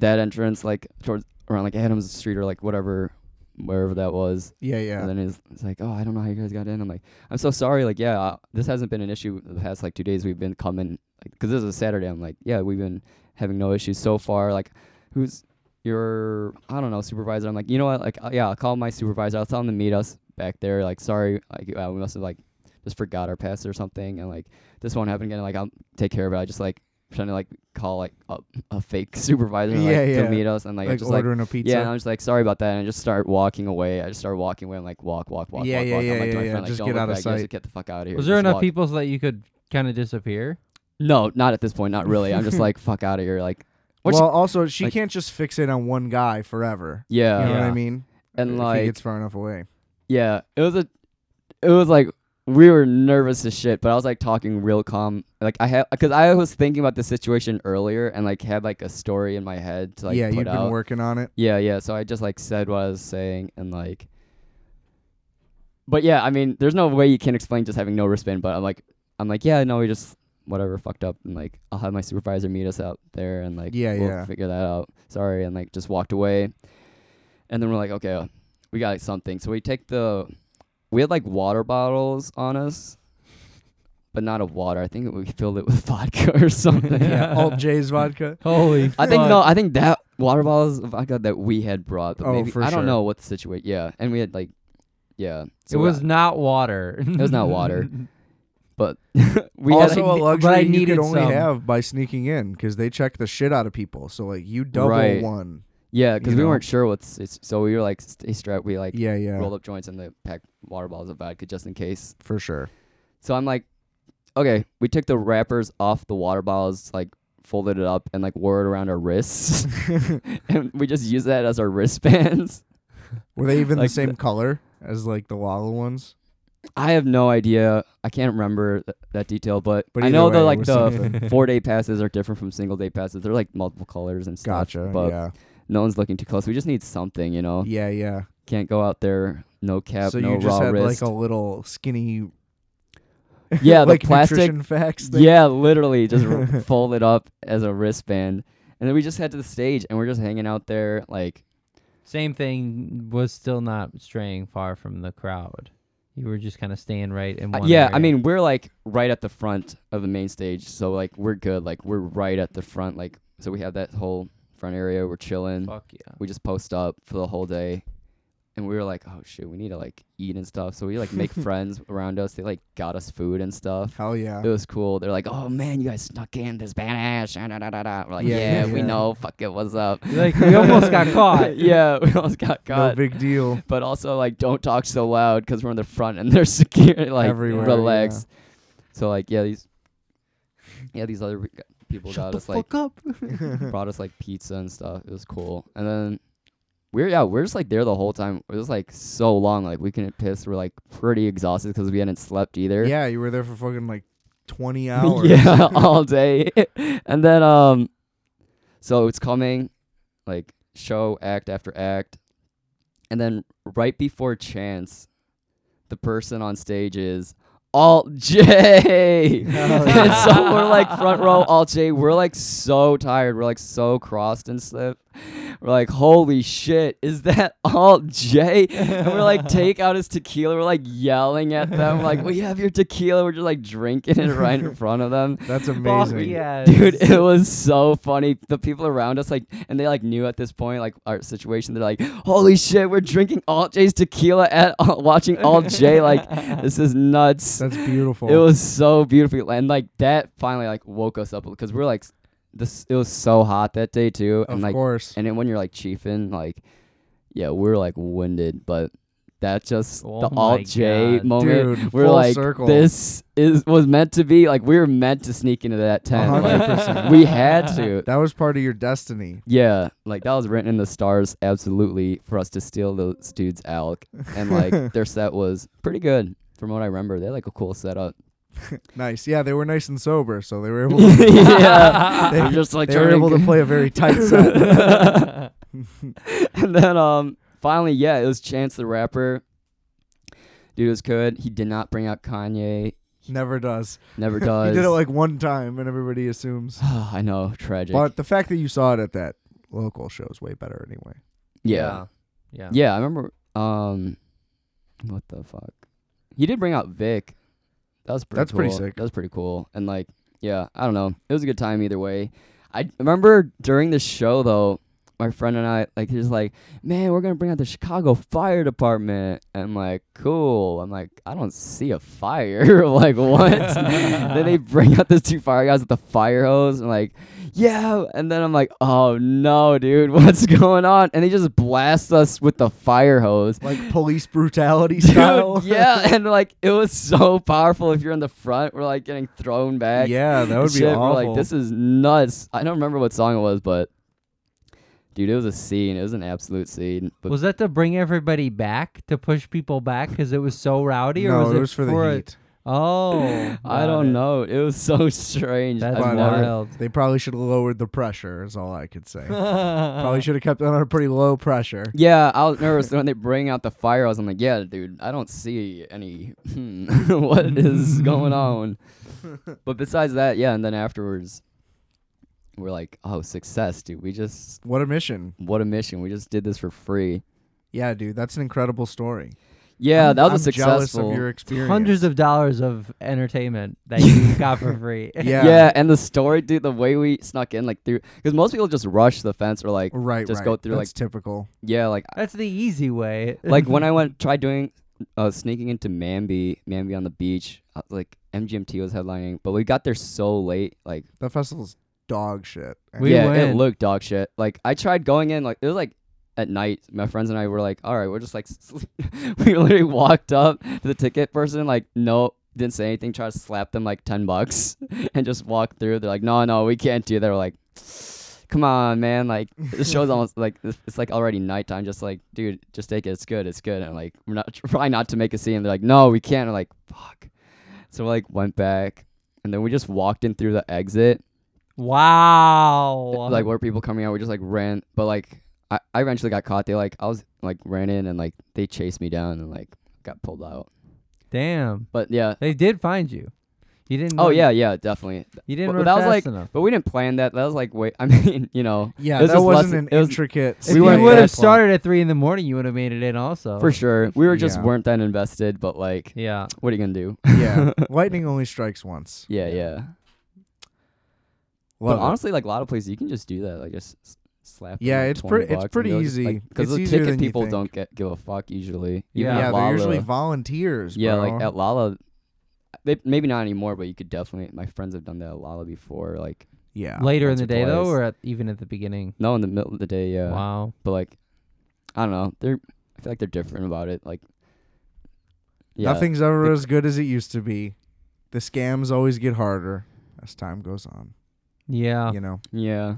that entrance, like towards around like Adams Street or like whatever, wherever that was."
Yeah,
And
yeah.
then it's, it's like, "Oh, I don't know how you guys got in." I'm like, "I'm so sorry. Like, yeah, uh, this hasn't been an issue the past like two days. We've been coming because this is a Saturday. I'm like, yeah, we've been having no issues so far. Like, who's your I don't know supervisor. I'm like, you know what? Like, uh, yeah, I'll call my supervisor. I'll tell him to meet us back there. Like, sorry, like uh, we must have like just forgot our pass or something, and like this won't happen again. Like, I'll take care of it. I just like trying to like call like a, a fake supervisor like,
Yeah,
to
yeah.
meet us, and like, I
Like
just like
ordering a pizza.
yeah, and I'm just like sorry about that, and I just start walking away. I just start walking away. I'm like walk, walk, walk,
Yeah,
walk,
yeah,
walk. I'm
yeah,
like, to my
yeah,
friend,
yeah.
like,
Just
don't
get
look
out of
back. Just
sight.
get the fuck out of here.
was there
Just
enough
walk.
people so that you could kind of disappear?
No, not at this point. Not really. I'm just like fuck out of here. Like, what's-
well, also she
like-
can't just fixate on one guy forever.
yeah,
You know what
Yeah.
I mean?
and
if
like
he gets far enough away.
Yeah, it was a, it was like we were nervous as shit, but I was like talking real calm. Like I had, cause I was thinking about the situation earlier and like had like a story in my head to like
yeah,
put
you've been
out.
working on it.
yeah, yeah. So I just like said what I was saying and like, but yeah, I mean, there's no way you can explain just having no wristband. But I'm like, I'm like, yeah, no, we just whatever fucked up, and like I'll have my supervisor meet us out there, and like
Yeah,
we'll
yeah.
figure that out. Sorry, and like just walked away, and then we're like, okay, uh, we got something. So we take the we had like water bottles on us. But not of water. I think we filled it with vodka or something.
yeah. Alt J's vodka.
Holy.
I think no. I think that water bottles of vodka that we had brought, but
Oh,
maybe
for
I don't
sure.
know what the situation. Yeah, and we had like, yeah,
it
we-
was not water. It
was not water. but we
also uh,
I
a
ne-
luxury
but I
you
needed
could only
some.
have by sneaking in because they check the shit out of people. So like you double
Right.
one.
yeah, because
you
we
know.
weren't sure what's it's, so we were like stay strapped. We like
Yeah, yeah,
rolled up joints and they packed water bottles of vodka just in case.
for sure.
So I'm like, okay, we took the wrappers off the water bottles, like folded it up and like wore it around our wrists, and we just used that as our wristbands.
Were they even
Like
the same
the-
color as like the Lala ones?
I have no idea. I can't remember th- that detail, but,
But
I
either
know
way,
the
it
like
was
the
something.
four day passes are different from single day passes. They're like multiple colors and stuff.
Gotcha.
But
yeah.
no one's looking too close. We just need something, you know.
Yeah, yeah.
Can't go out there no cap,
so
no
you just
raw
had
wrist.
like a little skinny.
Yeah, the
like
plastic-
nutrition facts. Thing.
yeah, literally just r- fold it up as a wristband, and then we just head to the stage and we're just hanging out there like
Same thing was still not straying far from the crowd. You were just kind of staying right in
Uh,
one.
yeah, I
area.
mean, we're like right at the front of the main stage, so like we're good. Like we're right at the front, like so we have that whole front area. We're chilling.
fuck yeah.
We just post up for the whole day, and we were like, oh shoot, we need to like eat and stuff. So we like make friends around us. They like got us food and stuff.
Hell yeah.
It was cool. They're like, oh man, you guys snuck in this badass. ah, Da, da, da, da. We're like,
Yeah,
yeah,
yeah,
we
yeah.
know. Fuck it, what's up?
Like we almost got caught.
yeah, we almost got
no
caught.
big deal.
but also like, don't talk so loud because we're in the front and they're secure. Like,
Everywhere,
relax. So like, yeah, these, yeah, these other re- people got us like
up.
brought us like pizza and stuff. It was cool. And then we're yeah, we're just like there the whole time. It was like so long. Like we couldn't piss. We're like pretty exhausted because we hadn't slept either.
Yeah, you were there for fucking like twenty hours.
yeah, all day. and then um, so it's coming, like show act after act, and then right before chance, the person on stage is. Alt J, and so we're like front row Alt J. We're like so tired. We're like so crossed and stuff. We're like, holy shit, is that Alt J? And we're like, take out his tequila. We're like yelling at them, like, we have your tequila. We're just like drinking it right in front of them.
That's
Fuck
amazing.
yeah,
Dude, it was so funny. The people around us, like, and they like knew at this point, like our situation. They're like, "Holy shit, we're drinking Alt J's tequila at uh, watching Alt J. Like, this is nuts."
That's beautiful.
It was so beautiful, and like that finally like woke us up because we are like, this. It was so hot that day too,
of
and like,
course.
and then when you're like chiefing, like, yeah, we are like winded, but that just
Oh
the
my
Alt J
God.
moment.
Dude,
we're
full
like,
circle.
this is was meant to be. Like, we were meant to sneak into that tent. Like,
100%.
we had to.
that was part of your destiny.
Yeah, like that was written in the stars, absolutely, for us to steal those dudes' elk. And like their set was pretty good, from what I remember. They had like a cool setup.
Nice. Yeah, they were nice and sober, so they were able. To,
yeah,
They-
We're just like
they were
trying
able to play a very tight set.
and then um finally yeah it was chance the rapper dude was good he did not bring out kanye
Never does.
never
You
does
did it like one time, and everybody assumes.
i know tragic
But the fact that you saw it at that local show is way better anyway.
yeah.
yeah,
yeah i remember um what the fuck he did bring out vic that was pretty
That's pretty
cool.
sick.
that was pretty cool and like yeah i don't know it was a good time either way i remember during the show though my friend and I, like, he was like, man, we're going to bring out the Chicago Fire Department. And I'm like, cool. I'm like, I don't see a fire. like, what? then they bring out those two fire guys with the fire hose. And like, yeah. And then I'm like, oh, no, dude, what's going on? And they just blast us with the fire hose.
Like police brutality
Dude,
style.
yeah, and like it was so powerful. If you're in the front, we're like getting thrown back.
yeah, that would be
Shit,
awful.
We're like, this is nuts. I don't remember what song it was, but dude, it was a scene. It was an absolute scene. But
Was that to bring everybody back to push people back because it was so rowdy, or
no,
was
it was for the
a-
heat.
Oh,
I
got it.
don't know. It was so strange.
That's
I've never-
wild.
uh, They probably should have lowered the pressure. Is all I could say.
Probably
probably should have kept it under pretty low pressure.
Yeah, I was nervous when they bring out the fire. I was I'm like, yeah, dude, I don't see any. Hmm, what is going on? But besides that, yeah, and then afterwards, we're like, oh, success, dude. We just
What a mission!
what a mission. We just did this for free.
Yeah, dude, that's an incredible story.
Yeah,
I'm-
that was
I'm
a successful.
Jealous of your experience.
hundreds of dollars of entertainment that you got for free.
Yeah.
yeah. and the story, dude, the way we snuck in, like through, because most people just rush the fence or like,
Right,
just
right.
go through,
That's typical.
yeah, like
That's the easy way.
like when I went tried doing uh, sneaking into Mamby, Mamby on the beach, uh, like MGMT was headlining, but we got there so late, like
That festival's dog shit.
We
yeah, it
went.
looked dog shit. Like I tried going in, like it was like at night. My friends and I were like, all right, we're just like, we literally walked up to the ticket person, like no. Didn't say anything. Tried to slap them like ten bucks, and just walked through. They're like, "No, no, we can't do." that." We're like, "Come on, man! Like the show's almost like it's it's, like already nighttime. Just like, dude, just take it. It's good. It's good. And like, we're not trying not to make a scene. They're like, no, we can't. I'm like, fuck. So we like went back, and then we just walked in through the exit.
wow.
Like where people coming out, we just like ran. But like, I, I eventually got caught. They like I was like ran in and like they chased me down and like got pulled out.
Damn.
But yeah.
They did find you. You didn't.
Oh
Mm.
run-
yeah, yeah, definitely.
You didn't
But-
run
but that was,
fast
like,
enough.
But we didn't plan that. That was like, wait, I mean, you know,
Yeah,
It was
that
just
wasn't
less-
an
it was-
intricate.
If
we
you
went
would have
that's long.
started at three in the morning, you would have made it in also.
for sure. We were just
Oh, Yeah.
weren't that invested. But like,
Yeah.
what are you gonna do?
yeah, lightning only strikes once.
Yeah, yeah.
Love
but
it.
honestly, like a lot of places, you can just do that. Like just s- slap.
Yeah, it's pre- it's pretty easy.
Because
It's
the
easier
ticket
than you
people
think.
don't get, give a fuck usually. Even
yeah,
at
they're
Lala.
usually volunteers.
yeah,
bro.
like at Lala, they maybe not anymore, but you could definitely. My friends have done that at Lala before. Like
yeah,
Later in
once
the
or
day though,
Oh, twice.
or at, even at the beginning.
no, in the middle of the day, yeah.
Wow.
But like, I don't know. They're I feel like they're different about it. Like, yeah,
nothing's ever
The-
as good as it used to be. The scams always get harder as time goes on.
Yeah.
You know,
Yeah,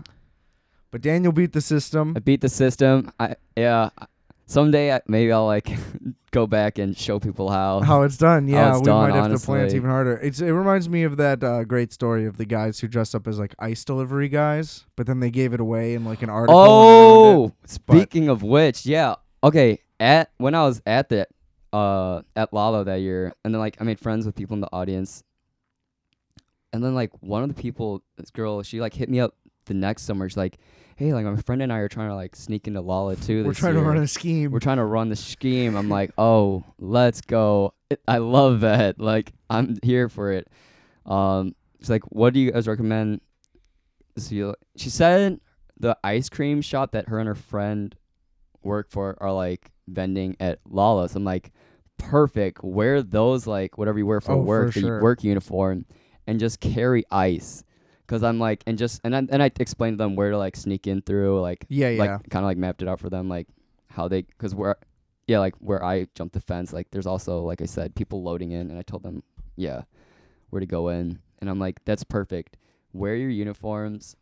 but Daniel beat the system.
I beat the system. I yeah. I- Someday I, maybe I'll like go back and show people how.
How it's done? Yeah,
it's
we
done,
might have to plan it
honestly.
even harder. It's it reminds me of that uh, great story of the guys who dressed up as like ice delivery guys, but then they gave it away in like an article. and ruined it.
Oh, speaking of which, yeah. Okay, at when I was at the uh at Lalo that year, and then like I made friends with people in the audience, and then like one of the people, this girl, she like hit me up the next summer. She's like, "Hey, like my friend and I are trying to like sneak into Lala too.
we're
this
trying to
year.
run a scheme.
We're trying to run the scheme." I'm like, "Oh, let's go! I love that. Like I'm here for it." Um, she's like, "What do you guys recommend?" So you- she said the ice cream shop that her and her friend work for are like vending at Lala's. I'm like, perfect. Wear those like whatever you wear for
Oh, for
work, the
sure.
work uniform, and just carry ice. Cause I'm like, and just and I, and I explained to them where to like sneak in through, like
yeah, yeah.
like kind of like mapped it out for them, like how they, cause where, yeah, like where I jumped the fence, like there's also like I said, people loading in, and I told them, yeah, where to go in, and I'm like, that's perfect. Wear your uniforms,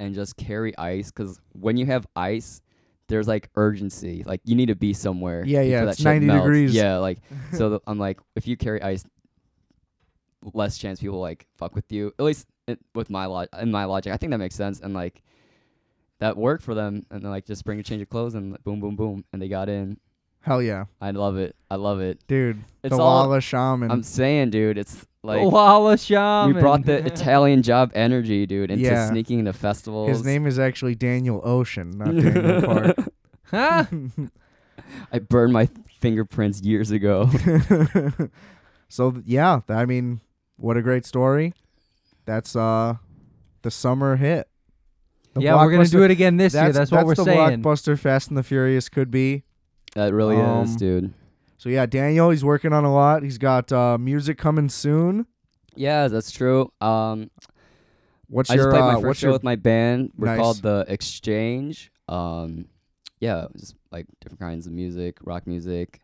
and just carry ice, cause when you have ice, there's like urgency, like you need to be somewhere.
Yeah, yeah,
before
it's
shit
90
melts.
degrees.
Yeah, like so th- I'm like, if you carry ice, less chance people like fuck with you. At least it, with my log in my logic, I think that makes sense. And like that worked for them. And then like just bring a change of clothes and boom, boom, boom, and they got in.
Hell yeah,
I love it. I love it.
dude.
It's
the
all
Lala shaman.
I'm saying, dude. It's like
Walla shaman.
we brought the Italian job energy, dude, into
Yeah.
sneaking into festivals.
His name is actually Daniel Ocean, not Daniel Park.
Huh?
I burned my fingerprints years ago.
so th- yeah, th- I mean, what a great story. That's uh, the summer hit. The
yeah, we're gonna
blockbuster-
do it again this
That's,
year. That's, what we're
the
saying.
blockbuster Fast and the Furious could be.
that really
Um,
is, dude.
So yeah, Daniel, he's working on a lot. He's got uh, music coming soon.
Yeah, that's true. Um,
What's
I
your
just played my
uh,
first
what's
show
your
with my band. We're
Nice.
called The Exchange. Um, yeah, just like different kinds of music, rock music.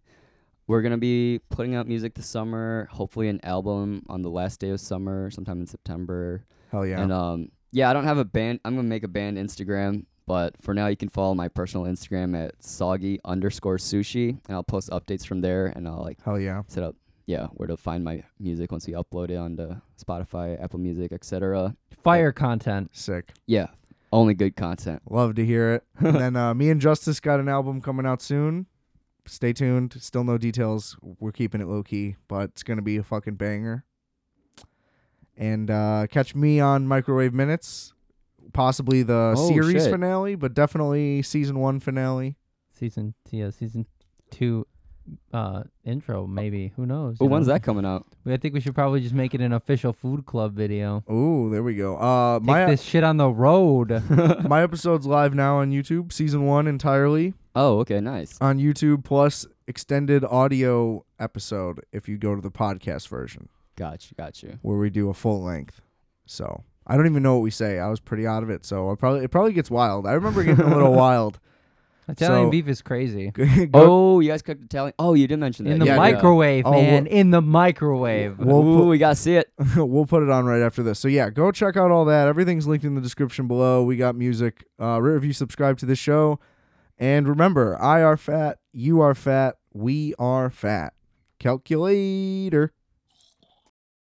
We're gonna be putting out music this summer. Hopefully, an album on the last day of summer, sometime in September.
hell yeah?
uh,
And um, yeah, I don't have a band. I'm gonna make a band Instagram, but for now, you can follow my personal Instagram at soggy underscore sushi, and I'll post updates from there, and I'll like
Hell yeah!
set up yeah, where to find my music once we upload it onto Spotify, Apple Music, etc.
Fire content.
Sick.
Yeah, only good content.
Love to hear it. and then uh, me and Justice got an album coming out soon. Stay tuned. Still no details. We're keeping it low key, but it's gonna be a fucking banger. And uh, catch me on Microwave Minutes, possibly the
Oh,
series
shit.
finale, but definitely season one finale.
Season yeah, season two uh intro, maybe. Who knows?
But
you
when's
know?
that coming out?
We- I think we should probably just make it an official food club video.
Ooh, there we go. Uh,
Take
my
this shit on the road.
my episode's live now on YouTube, season one entirely
Oh, okay, nice.
on YouTube plus extended audio episode if you go to the podcast version.
Got you, got you.
where we do a full length. So I don't even know what we say. I was pretty out of it, so I probably it probably gets wild. I remember getting a little wild.
Italian
So-
beef is crazy.
Go-
Oh, you guys cooked Italian. Oh, you did mention that.
In the
yeah, yeah.
microwave,
Oh,
man. In the microwave.
We'll
Ooh,
put-
we gotta see it.
we'll put it on right after this. So yeah, go check out all that. Everything's linked in the description below. We got music. Uh, rate, review, subscribe to this show, and remember, I are fat, you are fat, we are fat. Calculator.